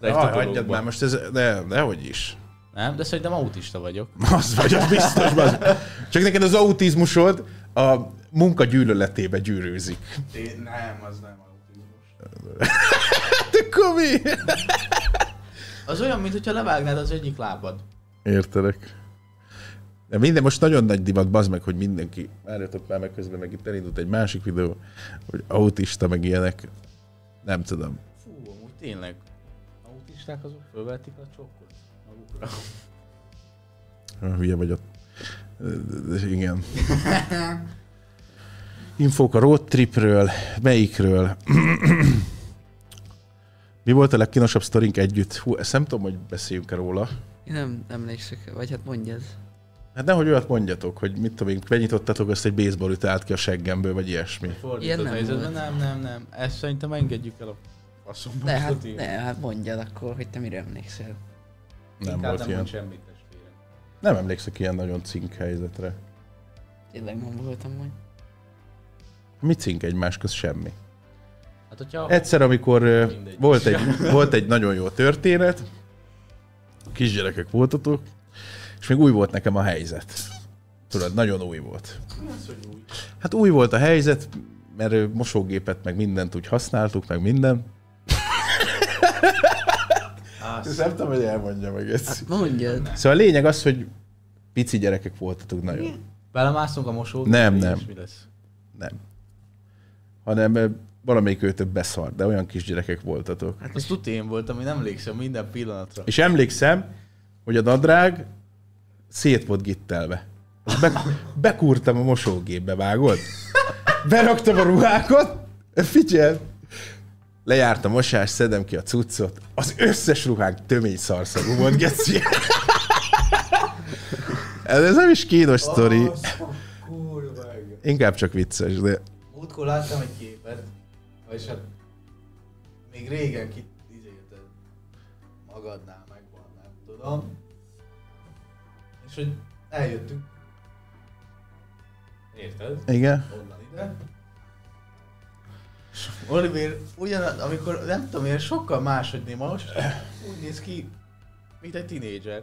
rejt a
Jaj, hagyjad
dologban.
már, most ez, de, dehogy is.
Nem, de szerintem autista vagyok.
Az vagy, az biztos, az. Csak neked az autizmusod a munka gyűlöletébe gyűrűzik.
Én, nem, az nem autizmus.
De komi!
Az olyan, mintha levágnád az egyik lábad.
Értelek. De minden, most nagyon nagy divat, bazd meg, hogy mindenki, várjatok már, meg közben meg itt elindult egy másik videó, hogy autista, meg ilyenek. Nem tudom.
Fú, amúgy tényleg. Autisták azok fölvetik a csokkot magukra.
Hülye vagy ott. Igen. Infók a road tripről, melyikről. Mi volt a legkínosabb sztorink együtt? Hú, ezt nem tudom, hogy beszéljünk-e róla.
Én nem emlékszek, vagy hát mondj ez.
Hát nehogy olyat mondjatok, hogy mit tudom én, megnyitottatok ezt egy baseball ütát ki a seggemből, vagy ilyesmi.
Ilyen
Fordított
nem
helyzetben,
volt.
nem, nem, nem. Ezt szerintem engedjük el a faszomba.
Ne, hát,
Tuti.
ne, hát mondjad akkor, hogy te mire emlékszel.
Nem
Inkább
volt
nem
ilyen.
mond semmit, testvérem.
Nem emlékszek ilyen nagyon cink helyzetre.
Tényleg nem voltam, hogy...
Mi cink egymás köz semmi.
Hát, hogyha
Egyszer, amikor ö,
Mindegy.
volt egy, volt egy nagyon jó történet, kisgyerekek voltatok, és még új volt nekem a helyzet. Tudod, nagyon új volt. Hát új volt a helyzet, mert ö, mosógépet, meg mindent úgy használtuk, meg minden.
Azt.
Nem tudom, hogy elmondja meg
Hát
ezt.
Mondjad.
Szóval a lényeg az, hogy pici gyerekek voltatok nagyon.
belemászunk a mosóba,
Nem,
és
nem.
mi lesz?
Nem. Hanem ö, valamelyik őtök beszart, de olyan kisgyerekek voltatok.
Hát az tuti én voltam, én emlékszem minden pillanatra.
És emlékszem, hogy a nadrág szét volt gittelve. Be, bekúrtam a mosógépbe, vágod? Beraktam a ruhákat, figyel, lejárt a mosás, szedem ki a cuccot, az összes ruhánk tömény szarszagú volt, geci. Ez ez nem is kínos sztori,
Kurva engem.
inkább csak vicces, de
Múltkor láttam egy képet, vagyis hát még régen ki izélted magadnál megvan, nem tudom. És hogy eljöttünk. Érted?
igen.
onnan ide. És Oliver, ugyanaz, amikor nem tudom, én sokkal máshogy néz most, úgy néz ki, mint egy tinédzser.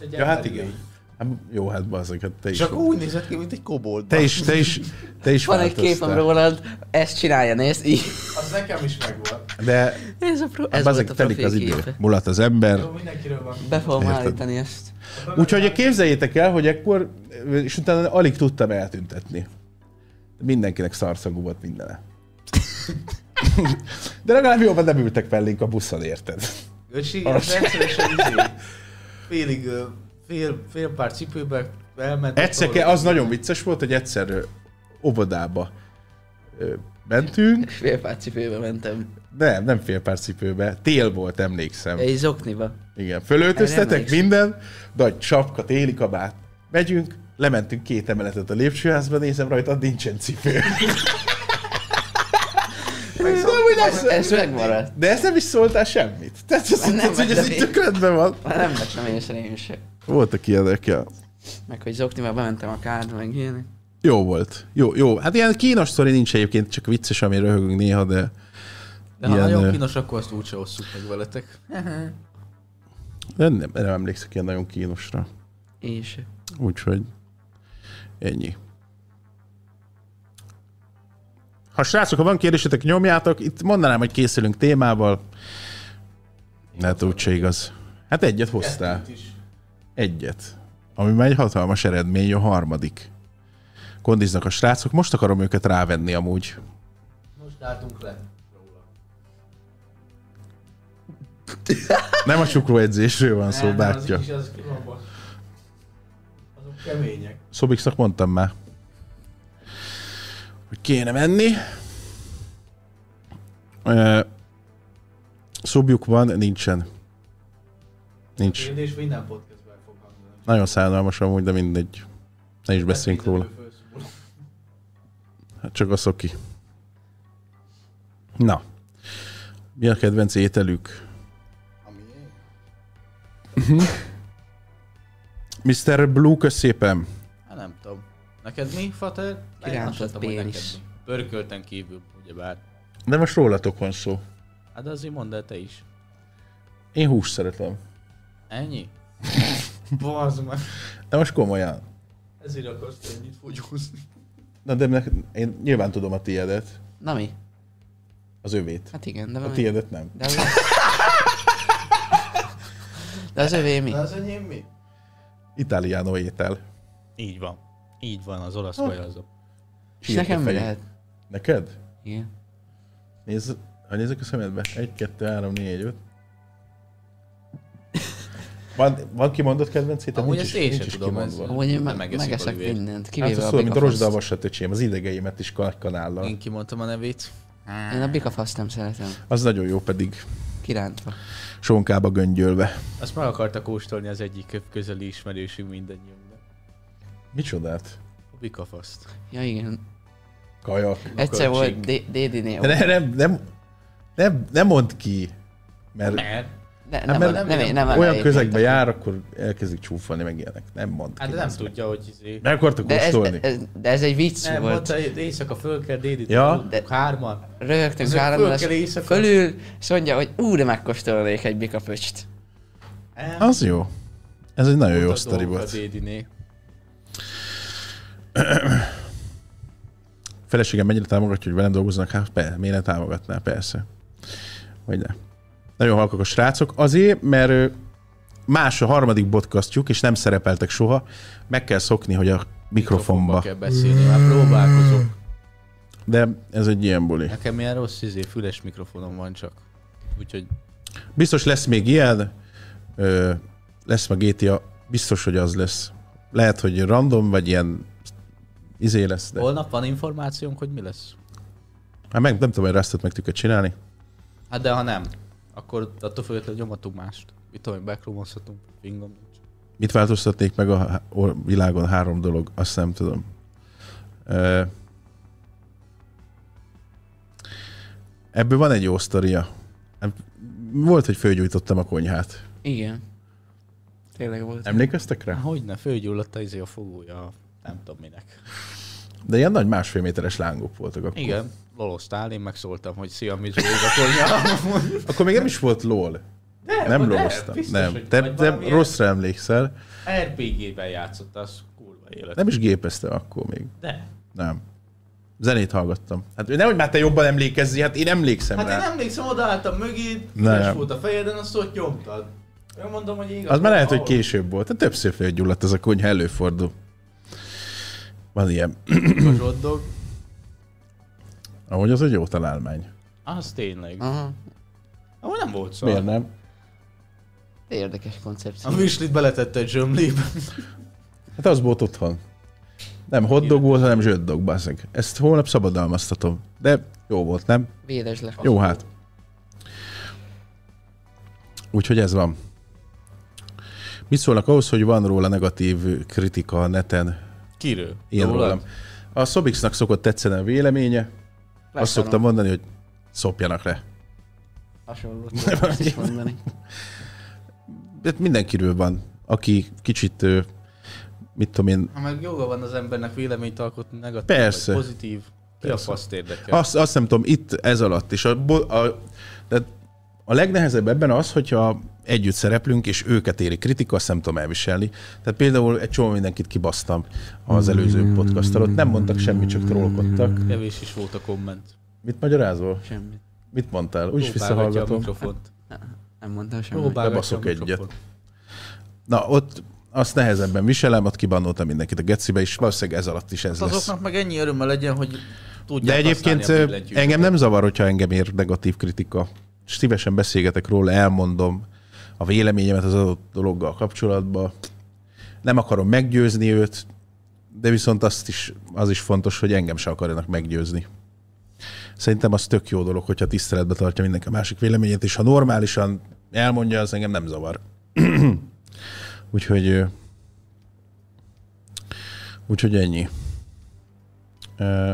Mint egy
Ja, hát
emberi
igen.
lény.
Hát, jó, hát bazzak, hát te is.
Csak
volt.
úgy nézett ki, mint egy kobold.
Te is, te is, Hát te is
Van egy
változtál.
képem rólad, ezt csinálja, nézd, így.
Az nekem is megvolt.
De
Ez, a pro...
Ez
ez
Hát Bazeg,
volt a
telik az idő.
profilképe.
Mulat az ember.
Jó, mindenkiről van.
Be fogom
Érted.
állítani ezt.
Úgyhogy képzeljétek el, hogy ekkor, és utána alig tudtam eltüntetni. Mindenkinek szarszagú volt mindene. De legalább jobban nem ültek mellénk a buszon, érted?
Öcsi, ez egyszerűen izé. Félig, ö, fél, fél pár cipőbe elment.
Egyszer, ke- az nagyon vicces volt, hogy egyszer ö, óvodába ö, mentünk,
Félpár cipőbe mentem.
nem, nem fél pár cipőbe, tél volt, emlékszem.
Egy zokniba.
Igen,
Erre
fölöltöztetek
emlékszem.
minden, nagy sapka, téli kabát. Megyünk, lementünk két emeletet a lépcsőházba, nézem rajta, nincsen cipő.
Ez, ez megmaradt.
De ezt nem is szóltál semmit. Tehát ez,
Nem,
nem, hogy ez
de
itt
mi-
tök rendben van.
Már nem vettem észre én se.
Voltak ilyenek, ja.
Meg hogy zokniba bementem a kádba, meg ilyenek.
Jó volt. Jó, jó. Hát ilyen kínos sztori nincs egyébként, csak vicces, ami röhögünk néha, de...
De ha
Ilyen, ö,
nagyon kínos, akkor azt úgyse osszuk meg veletek.
de Nem, nem emlékszek ilyen nagyon kínosra.
Én se.
Úgyhogy ennyi. Ha srácok, ha van kérdésetek, nyomjátok. Itt mondanám, hogy készülünk témával. De hát úgyse igaz. Hát egyet hoztál.
Kettőt is.
Egyet. Ami már egy hatalmas eredmény, a harmadik. Kondiznak a srácok, most akarom őket rávenni amúgy.
Most álltunk le róla.
Nem a csuklóedzésről van szó,
Nem, nem,
bátya.
Azok is azok rohadt. Azok kemények.
Szobixnak mondtam már, hogy kéne menni. Ö, Szobjuk van, nincsen. Nincs.
Kérdés minden podcastben fog hangzani.
Nagyon szánalmas amúgy, de mindegy. Ne is beszéljünk róla. Hát csak a szoki. Na. Mi a kedvenc ételük? Mr. Blue, kösz szépen.
Hát nem tudom. Neked mi, Fater?
Kirántott pénisz.
pénis. Pörkölten kívül, ugyebár.
De most rólatok van szó.
Hát de azért mondd el te is.
Én hús szeretem.
Ennyi? Bazd meg.
De most komolyan.
Ezért akarsz te ennyit fogyózni.
Na de nek- én nyilván tudom a tiédet,
Na mi?
az övét.
Hát igen, de
A
valami-
tiédet nem.
De az... De az övé mi?
De az enyém mi?
Italiano étel.
Így van. Így van, az olasz kaja az a...
És nekem mi
Hírkefej.
lehet?
Neked?
Igen.
Nézd, ha nézek a szemedbe. Egy, kettő, három, négy, öt. Van, van kimondott kedvenc héten?
Amúgy ezt én sem tudom, ez-
kimondva.
Amúgy én
Nem
me-
megeszik
megeszek
Olivért.
mindent,
Hát
kivéve
ezt
a
tudom, mint a rozsda a
bikafaszt.
vasat, öcsém, az idegeimet is kanállal.
Én kimondtam a nevét.
Én a bikafaszt nem szeretem.
Az nagyon jó pedig,
Kirántva.
sonkába göngyölve.
Azt meg akarta kóstolni az egyik közeli ismerősünk mindannyiunknak.
Micsodát?
A bikafaszt.
Ja igen.
Kajak.
Egyszer
költség.
volt D- Dédinél.
De ne, nem, nem, nem, nem mondd ki, mert
Mert?
Ne-
Hát
Nem,
mert
nem, nem, nem,
olyan
nem-
közegbe jár, akkor elkezdik csúfolni, meg ilyenek. Nem mond
Hát
ki,
de nem
bazd meg.
tudja, hogy izé...
Meg akartak
De ez,
kóstolni.
ez, de ez egy vicc
Nem,
volt.
mondta, éjszaka föl kell dédítani.
szóval- Ja.
De... Hárman.
Röhögtünk
Ezek
három,
föl kell
lesz
éjszaka.
fölül, és mondja, hogy ú, de megkóstolnék egy bikapöcst.
Nem.
Az jó. Ez egy nagyon jó
Mutat
sztori
dolgok A
volt.
dédiné.
Feleségem mennyire támogatja, hogy velem dolgoznak? Hát persze, miért ne támogatná? Persze. Vagy ne. Nagyon halkak a srácok. Azért, mert ö, más a harmadik podcastjuk, és nem szerepeltek soha. Meg kell szokni, hogy a mikrofonba.
kell beszélni, már próbálkozok.
De ez egy ilyen buli.
Nekem ilyen rossz izé, füles mikrofonom van csak. Úgyhogy
Biztos lesz még ilyen, ö, lesz meg GTA, biztos, hogy az lesz. Lehet, hogy random, vagy ilyen izé lesz, de
holnap van információnk, hogy mi lesz.
hát meg nem tudom, hogy Rustot meg tudjuk csinálni.
Hát de ha nem, akkor attól függetlenül nyomatunk mást. Mit tudom, én, backroomozhatunk, pingom nincs.
Mit változtatnék meg a há- or- világon három dolog, azt nem tudom. Ö, ebből van egy jó sztoria. Hát, Volt, hogy fölgyújtottam a konyhát.
Igen. Tényleg volt.
Emlékeztek rá?
Hát hogyne, fölgyulladt a izé a fogója, a nem tudom minek.
De ilyen nagy másfél méteres lángok voltak akkor.
Igen, loloztál, én megszóltam, hogy szia, mi zsúgakolja.
Akkor még nem is volt LOL. Nem, nem lóztam.
biztos,
Nem.
hogy
Te,
vagy
te
valamilyen-
rosszra emlékszel.
RPG-ben játszott, az kurva élet.
Nem is gépezte akkor még.
De.
Nem. Zenét hallgattam. Hát nehogy már te jobban emlékezzi, hát én emlékszem
Hát
rá.
én emlékszem, odaálltam mögé,
Nem.
üres volt a fejeden, azt ott nyomtad. Én mondom, hogy igaz.
Az már lehet, hogy
ahol-
később volt. Hát többször fölgyulladt ez a konyha, előfordul. Van ilyen.
Kosodog.
Ahogy az egy jó találmány.
Az tényleg.
Aha.
Ahol nem volt szó.
Ah. Miért nem?
Érdekes koncepció.
A műslit beletette egy zsömlébe.
Hát az volt otthon. Nem hotdog volt, hanem zsöddog, bazzeg. Ezt holnap szabadalmaztatom. De jó volt, nem?
Védes le.
Jó hát. Úgyhogy ez van. Mit szólnak ahhoz, hogy van róla negatív kritika a neten?
Kiről?
Ilyen
Rólad?
rólam. A Sobixnak szokott tetszeni a véleménye. Azt szoktam mondani, hogy szopjanak le.
Hasonlót tudok is mondani.
De mindenkiről van, aki kicsit, ö, mit tudom én,
Ha meg joga van az embernek véleményt alkotni, negatív
Persze. Ah.
vagy pozitív, ki a faszt érdekel?
azt, azt nem tudom, itt ez alatt is. A, bo- a, de a legnehezebb ebben az, hogyha együtt szereplünk, és őket éri kritika, azt nem tudom elviselni. Tehát például egy csomó mindenkit kibasztam az előző podcast alatt. Nem mondtak semmit, csak trollkodtak.
Kevés is volt a komment.
Mit magyarázol?
Semmit.
Mit mondtál? Úgy is
Próbálgatja a
visszahallgatom.
mikrofont.
Nem mondtam semmit.
Próbálgatja a
Bebaszok egyet.
mikrofont.
Na, ott azt nehezebben viselem, ott kibannoltam mindenkit a gecibe, és valószínűleg ez alatt is ez lesz.
Azoknak meg ennyi örömmel legyen, hogy
De
tudják
egyébként
használni a
ö,
billentyűt.
engem nem zavar, hogyha engem ér negatív kritika. Szívesen beszélgetek róla, elmondom a véleményemet az adott dologgal kapcsolatban. Nem akarom meggyőzni őt, de viszont azt is, az is fontos, hogy engem se akarjanak meggyőzni. Szerintem az tök jó dolog, hogyha tiszteletbe tartja mindenki a másik véleményét, és ha normálisan elmondja, az engem nem zavar. Úgyhogy ö, Úgyhogy ennyi. Ö,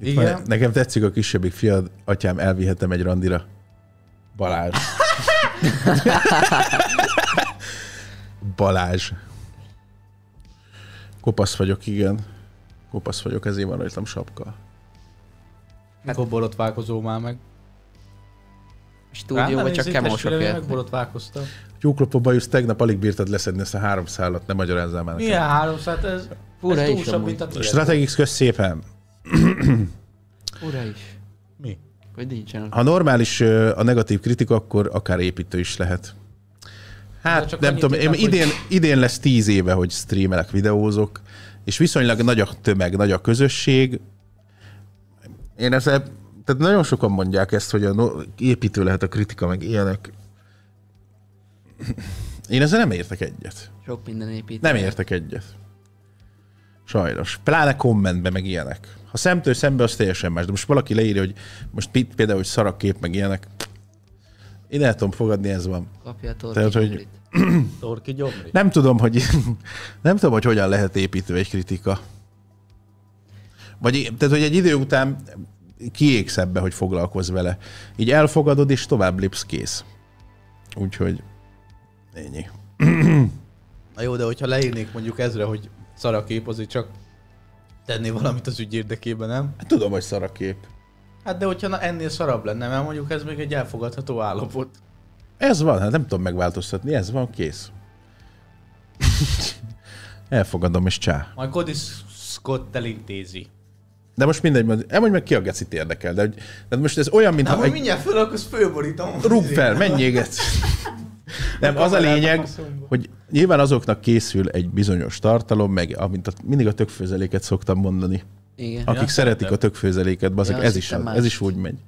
Itt
Igen.
van- Nekem tetszik a kisebbik fiad, atyám, elvihetem egy randira. Balázs. Balázs. Kopasz vagyok, igen. Kopasz vagyok, ezért van rajtam sapka.
Mikor borotválkozó már meg.
Stúdióban csak kemósok
Meg
jöttek.
borotválkoztam.
Tyúklopó bajusz, tegnap alig bírtad leszedni ezt a három szálat, ne magyarázzál már nekem.
Milyen 300? Ez,
Fura
ez
is
túlsabb,
amúgy.
mint a tiéd.
Strategix, kösz szépen.
Ura is,
Mi?
hogy nincsen ott.
Ha normális ö, a negatív kritika, akkor akár építő is lehet.
De
Hát
csak
nem
annyit
tudom, én
tudnak,
idén, idén lesz tíz éve, hogy streamelek, videózok, és viszonylag nagy a tömeg, nagy a közösség. Én ezzel, tehát nagyon sokan mondják ezt, hogy a no, építő lehet a kritika, meg ilyenek. Én ezzel nem értek egyet.
Sok minden épít.
Nem értek egyet. Sajnos. Pláne kommentben meg ilyenek. Ha szemtől szembe, az teljesen más. De most valaki leírja, hogy most pit- például, hogy szarak kép, meg ilyenek. Én el tudom fogadni, ez van.
Kapja a
Tehát,
torkit.
hogy-
Gyurit.
Torki gyomri.
Nem tudom, hogy, nem tudom, hogy hogyan lehet építő egy kritika. Vagy, tehát, hogy egy idő után kiégsz ebbe, hogy foglalkozz vele. Így elfogadod, és tovább lépsz kész. Úgyhogy ennyi.
Na jó, de hogyha leírnék mondjuk ezre, hogy szar a kép, azért csak tenni valamit az ügy érdekében, nem?
Hát tudom, hogy szarak kép.
Hát de hogyha na, ennél szarabb lenne, mert mondjuk ez még egy elfogadható állapot.
Ez van, hát nem tudom megváltoztatni, ez van, kész. Elfogadom, és csá.
Majd Cody Scott elintézi.
De most mindegy, mond- elmondj meg ki a gecit érdekel, de, hogy, de most ez olyan,
Na,
mintha
hogy
egy
mindjárt fölakadsz, fölborítom.
rúg fel, menjél gec. Nem, az a lényeg,
faszomba.
hogy nyilván azoknak készül egy bizonyos tartalom, meg amint a, mindig a tökfőzeléket szoktam mondani.
Igen.
Akik
Ja,
szeretik a
szerintem.
tökfőzeléket, bazeg,
Ja,
ez,
azt
is,
hittem
az,
más.
ez is úgy megy.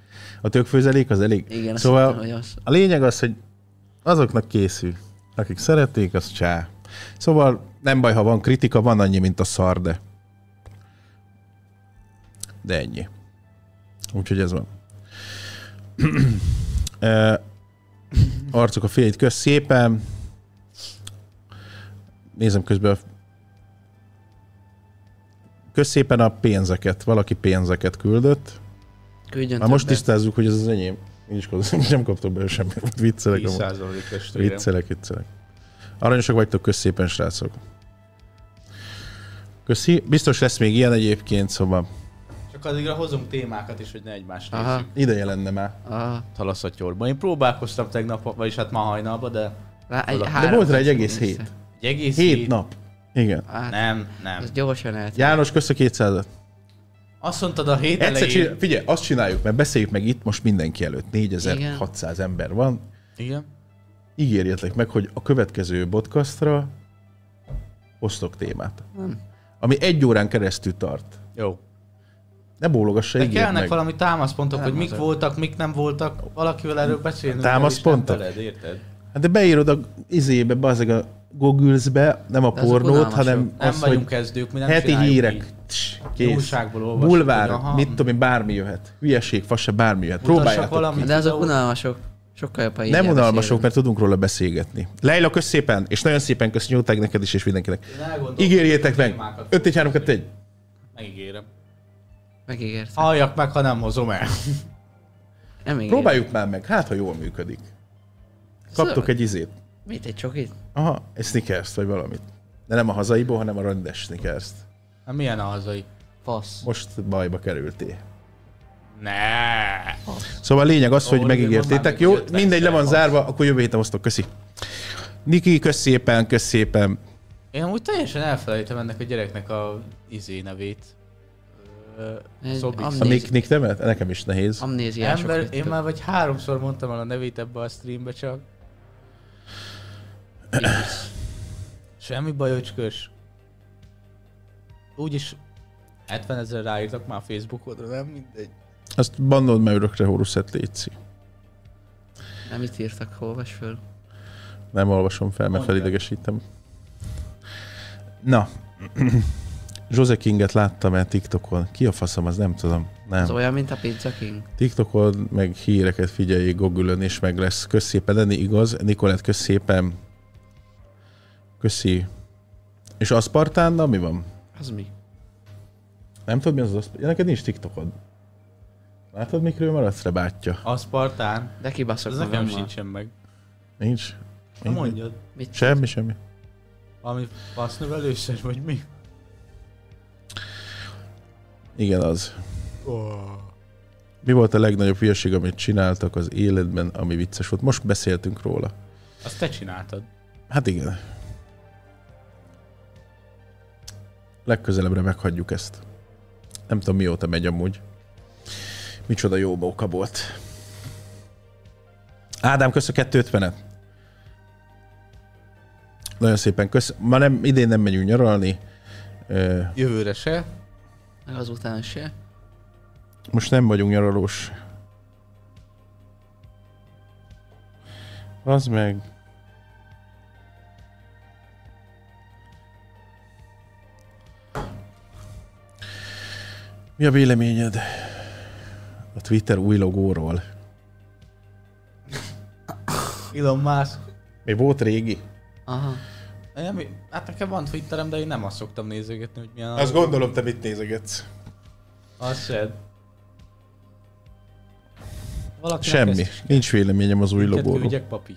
A tökfőzelék az elég.
Igen, azt
szóval
hittem, hogy az.
a lényeg az, hogy azoknak készül. Akik szeretik, az csá. Szóval nem baj, ha van kritika, van annyi, mint a szar, de... De ennyi. Úgyhogy ez van. Ö, Arcok a fiait, kösz szépen. Nézem közben a Kösz szépen a pénzeket. Valaki pénzeket küldött.
Küldjön
Na most
többet.
tisztázzuk, hogy ez az enyém. Én is kozzom, nem kaptam belőle semmit. Viccelek, amúgy.
10% testvérem.
viccelek, viccelek. Aranyosak vagytok, kösz szépen, srácok. Köszi. Biztos lesz még ilyen egyébként, szóval
Csak addigra hozunk témákat is, hogy ne egymást
Aha.
nézzük.
ideje lenne már.
Aha.
Talaszatyorban. Én próbálkoztam tegnap, vagyis hát ma hajnalba, de
Lá, egy,
De
De
három
volt rá egy
perc
egész
mindössze.
hét.
egy egész
Hét nap. Igen.
Hát,
Nem, nem.
az gyorsan eltelt.
János, kösz a 200
Azt mondtad a hét
Egyszer
elején.
csinál, figyelj, azt csináljuk, mert beszéljük meg itt most mindenki előtt. 4600 ember van.
Igen.
ígérjetek meg, hogy a következő podcastra hoztok témát.
Nem.
Ami egy órán keresztül tart.
Jó.
Ne bólogassa,
De
ígérd
kellnek
meg.
meg. valami támaszpontok, hogy mik voltak, mik nem voltak, valakivel erről beszélnünk. kell, és
Támaszpontok?
nem veled, érted?
Hát de beírod a izébe, bazeg a Google-be, nem a
De azok
pornót,
unalmasak.
hanem
Nem
az,
vagyunk
hogy
kezdők, mi nem
heti
csináljuk
hírek,
így.
tss, kész.
Újságból olvasjuk,
Bulvár,
hogy aha.
mit tudom én, bármi jöhet. Hülyeség, fassa, bármi jöhet. Próbáljátok.
valami
De azok
videót.
unalmasok. Sokkal jobb, ha így
Nem unalmasok,
elbeszélünk.
mert tudunk róla beszélgetni. Leila, kösz szépen, és nagyon szépen köszönjük tag neked is, és mindenkinek.
Én elgondolkodom,
Ígérjétek meg!
témákat
5 1 3 2 1
Megígérem.
Megígért.
Ah,
Halljak meg, ha nem hozom el.
Nem ígér.
Próbáljuk már meg, hát ha jól működik. Kaptok
Szóval-
egy izét.
Mit, egy csokit?
Aha, egy sneakers vagy valamit. De nem a hazaiból, hanem a rendes sneakers
Na, Hát milyen a hazai?
Fasz.
Most bajba kerültél.
Ne.
Szóval a lényeg az, hogy
Ahol mondom,
megígértétek.
már
Jó,
még ötven
mindegy, le van
szer
zárva, akkor jövő héten hoztok. Köszi. Niki, kösz szépen, kösz szépen.
Én amúgy teljesen elfelejtem ennek a gyereknek a izé nevét. Ö,
Egy
Szobik.
amnéz-
A Nick, Nick temet? Nekem is nehéz.
Amnéziások.
Ember, én
vagytok.
már vagy háromszor mondtam el a nevét ebbe a streambe csak. Semmi baj, öcskös. Úgyis 70 ezer ráírtak már Facebookodra, nem mindegy.
Azt bandold meg örökre, Horuszett Léci.
Nem mit írtak, olvas föl.
Nem olvasom fel, mert
Mondd el.
felidegesítem. Na. Jose Kinget láttam-e TikTokon? Ki a faszom, az nem tudom. Nem.
Ez olyan, mint a Pizza King.
TikTokon, meg híreket figyeljék Google-ön, és meg lesz. Kösz szépen, Dani, igaz? Nikolett, kösz szépen. Köszi. És aszpartánnal mi van?
Az mi?
Nem tudod, mi az az aszpartán? Ja, neked nincs TikTokod. Látod, mikről maradsz re, bátyja?
Aszpartán.
De kibaszok
Ez nekem
magammal.
sincsen meg.
Nincs.
Na
Nincs.
mondjad.
Mit
Semmi, semmi.
Valami fasznövelőszer, vagy mi?
Igen, az.
Oh.
Mi volt a legnagyobb hülyeség, amit csináltak az életben, ami vicces volt? Most beszéltünk róla.
Azt te csináltad.
Hát igen. Legközelebbre meghagyjuk ezt. Nem tudom, mióta megy amúgy. Micsoda jó móka volt. Ádám, kösz a 250-et. Nagyon szépen kösz. Ma nem, idén nem megyünk nyaralni. Ö,
Jövőre se.
Meg azután se.
Most nem vagyunk nyaralós. Az meg. Mi a véleményed a Twitter új logóról?
Elon Musk.
Még volt régi.
Aha.
Nem, hát nekem van Twitterem, de én nem azt szoktam nézegetni, hogy milyen
Azt gondolom, te mit nézegetsz.
Az se. Valaki
Semmi. Nincs véleményem az új logóról.
Küldjek papi.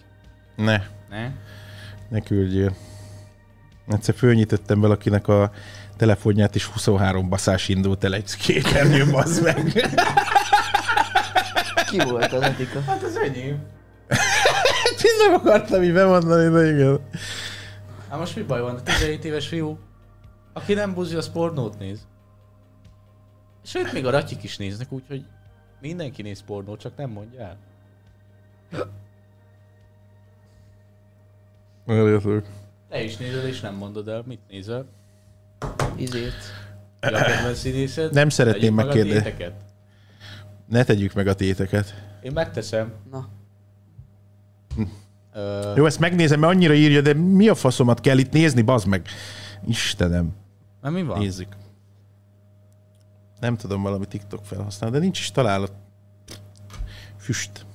Ne.
Ne?
Ne küldjél. Egyszer fölnyitottam valakinek a telefonját, és 23 baszás indult el egy képernyőm, az meg.
Ki volt az Etika?
Hát az enyém.
Hát én nem akartam így bemondani, de igen.
Hát most mi baj van? A 17 éves fiú, aki nem buzi, az pornót néz. Sőt, még a ratyik is néznek, úgyhogy mindenki néz pornót, csak nem mondja el.
Eljöttök.
Te is nézel és nem mondod el, mit nézel.
Izét.
Mi a kedvenc színészed?
Nem szeretném
Tegyük meg a
megkérdezni.
téteket.
Ne tegyük meg a téteket.
Én megteszem.
Na.
Ö,
Jó, ezt megnézem, mert annyira írja, de mi a faszomat kell itt nézni, bazd meg. Istenem,
Na mi van?
nézzük. Nem tudom, valami TikTok felhasznál, de nincs is találat. Füst.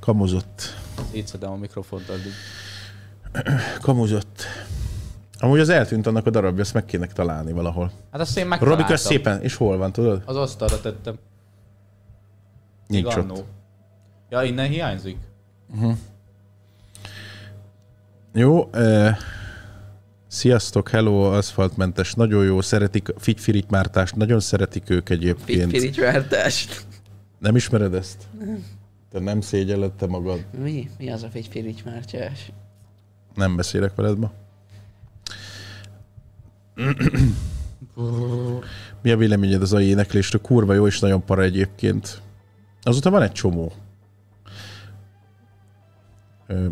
Kamozott.
Szétszedem a mikrofont addig.
Kamozott. Amúgy az eltűnt annak a darabja, ezt meg kéne találni valahol.
Hát azt én megtaláltam.
Robika szépen, és hol van, tudod?
Az asztalra tettem.
Nincs
Még
ott.
annó. Ja, innen hiányzik.
Jó. Uh, sziasztok, hello, aszfaltmentes, nagyon jó, szeretik, figyfirit mártást, nagyon szeretik ők egyébként.
Pitpirics vártást.
Nem ismered ezt? Te nem szégyelled te magad.
Mi? Mi az a figypirics mártyás?
Nem beszélek veled ma. Mi a véleményed az AI éneklésről? Kurva jó és nagyon para egyébként. Azóta van egy csomó. Ö,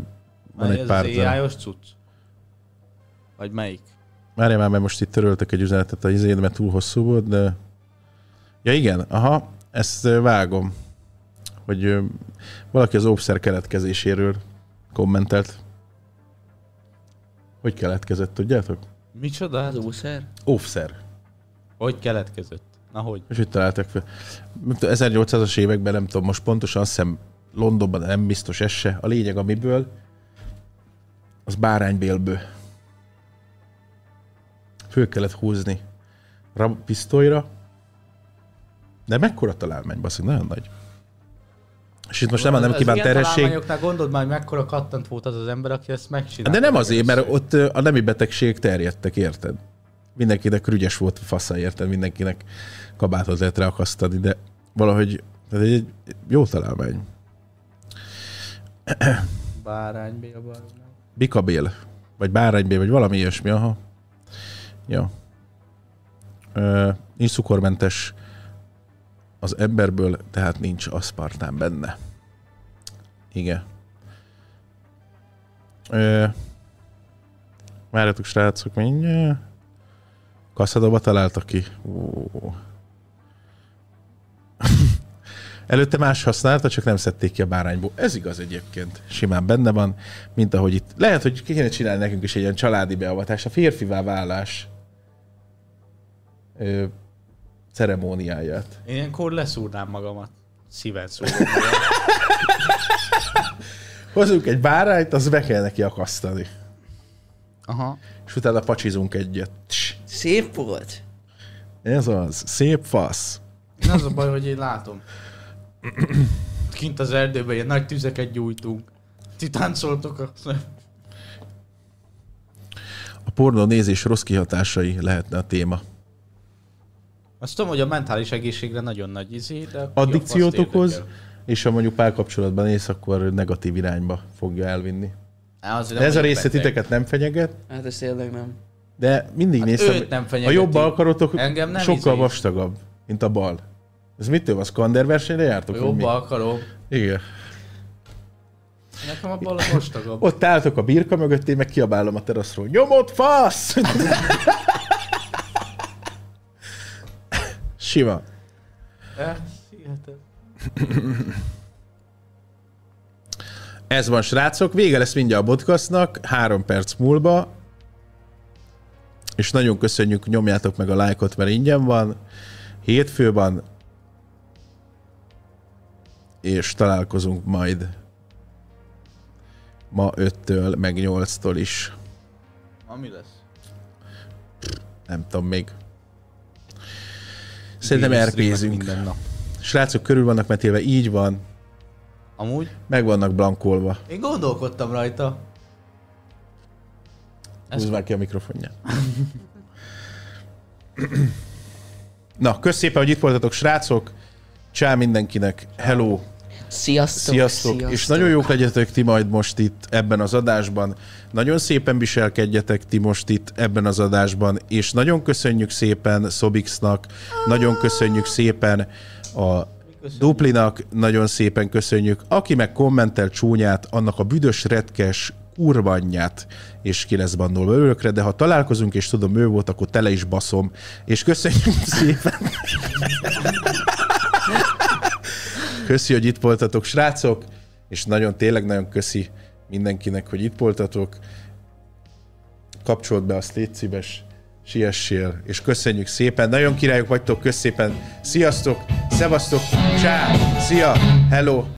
Van egy
ez
pár
az
zene.
AI-os cucc? Vagy melyik?
Várjál már, mert most itt töröltek egy üzenetet a izén, mert túl hosszú volt, de... Ja igen, aha, ezt ö, vágom, hogy ö, valaki az ópszer keletkezéséről kommentelt. Hogy keletkezett, tudjátok?
Micsoda?
Az úszer?
Ópszer.
Hogy keletkezett? Na hogy?
És itt találtak fel. 1800-as években, nem tudom, most pontosan azt hiszem Londonban nem biztos ez se. A lényeg amiből, az báránybélből. Föl kellett húzni rab pisztolyra. De mekkora találmány, baszik, nagyon nagy. És itt most nem, nem
Az
kíván
ilyen
terhesség.
találmányoknál gondold már, hogy mekkora kattant volt az az ember, aki ezt megcsinálta.
Hát De nem azért, mert ott ö, a nemi betegség terjedtek, érted? Mindenkinek rügyes volt a fasza, érted? Mindenkinek kabátot lehet ráakasztani, de valahogy ez egy egy jó találmány.
Báránybél,
Bikabél, vagy báránybél, vagy valami ilyesmi, aha. Ja. Ö, nincs cukormentes az emberből, tehát nincs aszpartán benne. Igen. Ö, várjatok, srácok, mindjárt. Kaszadoba találta ki. Ó. Előtte más használta, csak nem szedték ki a bárányból. Ez igaz egyébként. Simán benne van, mint ahogy itt. Lehet, hogy ki kéne csinálni nekünk is egy ilyen családi beavatást, a férfivá válás ö, ceremóniáját.
Én ilyenkor leszúrnám magamat. Szívet szúrom.
Hozunk egy bárányt, az be kell neki akasztani.
Aha.
és utána pacsizunk egyet. Cs,
Szép volt.
Ez az, szép fasz.
Én az a baj, hogy én látom. Kint az erdőben ilyen nagy tüzeket gyújtunk. Ti táncoltok a...
A pornó nézés rossz kihatásai lehetne a téma.
Azt tudom, hogy a mentális egészségre nagyon nagy izé, de... akkor
Addikciót
ki a faszt
okoz,
érdekel?
és ha mondjuk párkapcsolatban néz, akkor negatív irányba fogja elvinni.
Á, az
De ez a
nem
része
beteg.
titeket nem fenyeget,
Hát ez tényleg nem.
de mindig hát néztem,
őt
hogy
nem
ha
fenyegeti.
jobba akarotok,
Engem nem
sokkal
izé.
vastagabb, mint a bal. Ez mitől van? Skander versenyre jártok?
Ha
vagy mi?
jobba akarom.
Igen.
Nekem a bal a vastagabb.
Ott álltok a birka mögött, én meg kiabálom a teraszról. Nyomott fasz! Sima.
Eh, hihetetlen.
Ez van, srácok. Vége lesz mindjárt a podcastnak, három perc múlva. És nagyon köszönjük, nyomjátok meg a lájkot, mert ingyen van. Hétfő van. És találkozunk majd ma 5-től, meg 8-tól is.
Ami lesz.
Nem tudom még. Szerintem
Bírom, streamek
RP-zünk.
Minden nap.
Srácok körül vannak metélve, így van.
Amúgy?
Meg vannak blankolva.
Én gondolkodtam rajta. Ez-
Húzd már ki a mikrofonját. Na, kösz szépen, hogy itt voltatok, srácok. Csá mindenkinek. Hello.
Sziasztok.
Sziasztok.
sziasztok.
És nagyon jók legyetek ti majd most itt ebben az adásban. Nagyon szépen viselkedjetek ti most itt ebben az adásban. És nagyon köszönjük szépen Szobixnak. Nagyon köszönjük szépen a
Köszönöm.
Duplinak nagyon szépen köszönjük. Aki meg kommentel csúnyát, annak a büdös, retkes kurvanyját, és ki lesz bannolva örökre, de ha találkozunk, és tudom, ő volt, akkor tele is baszom. És köszönjük szépen. Köszi, hogy itt voltatok, srácok, és nagyon, tényleg nagyon köszi mindenkinek, hogy itt voltatok. Kapcsolt be, azt légy szíves, siessél, és köszönjük szépen. Nagyon királyok vagytok, kösz szépen. Sziasztok, szevasztok, csá, szia, hello.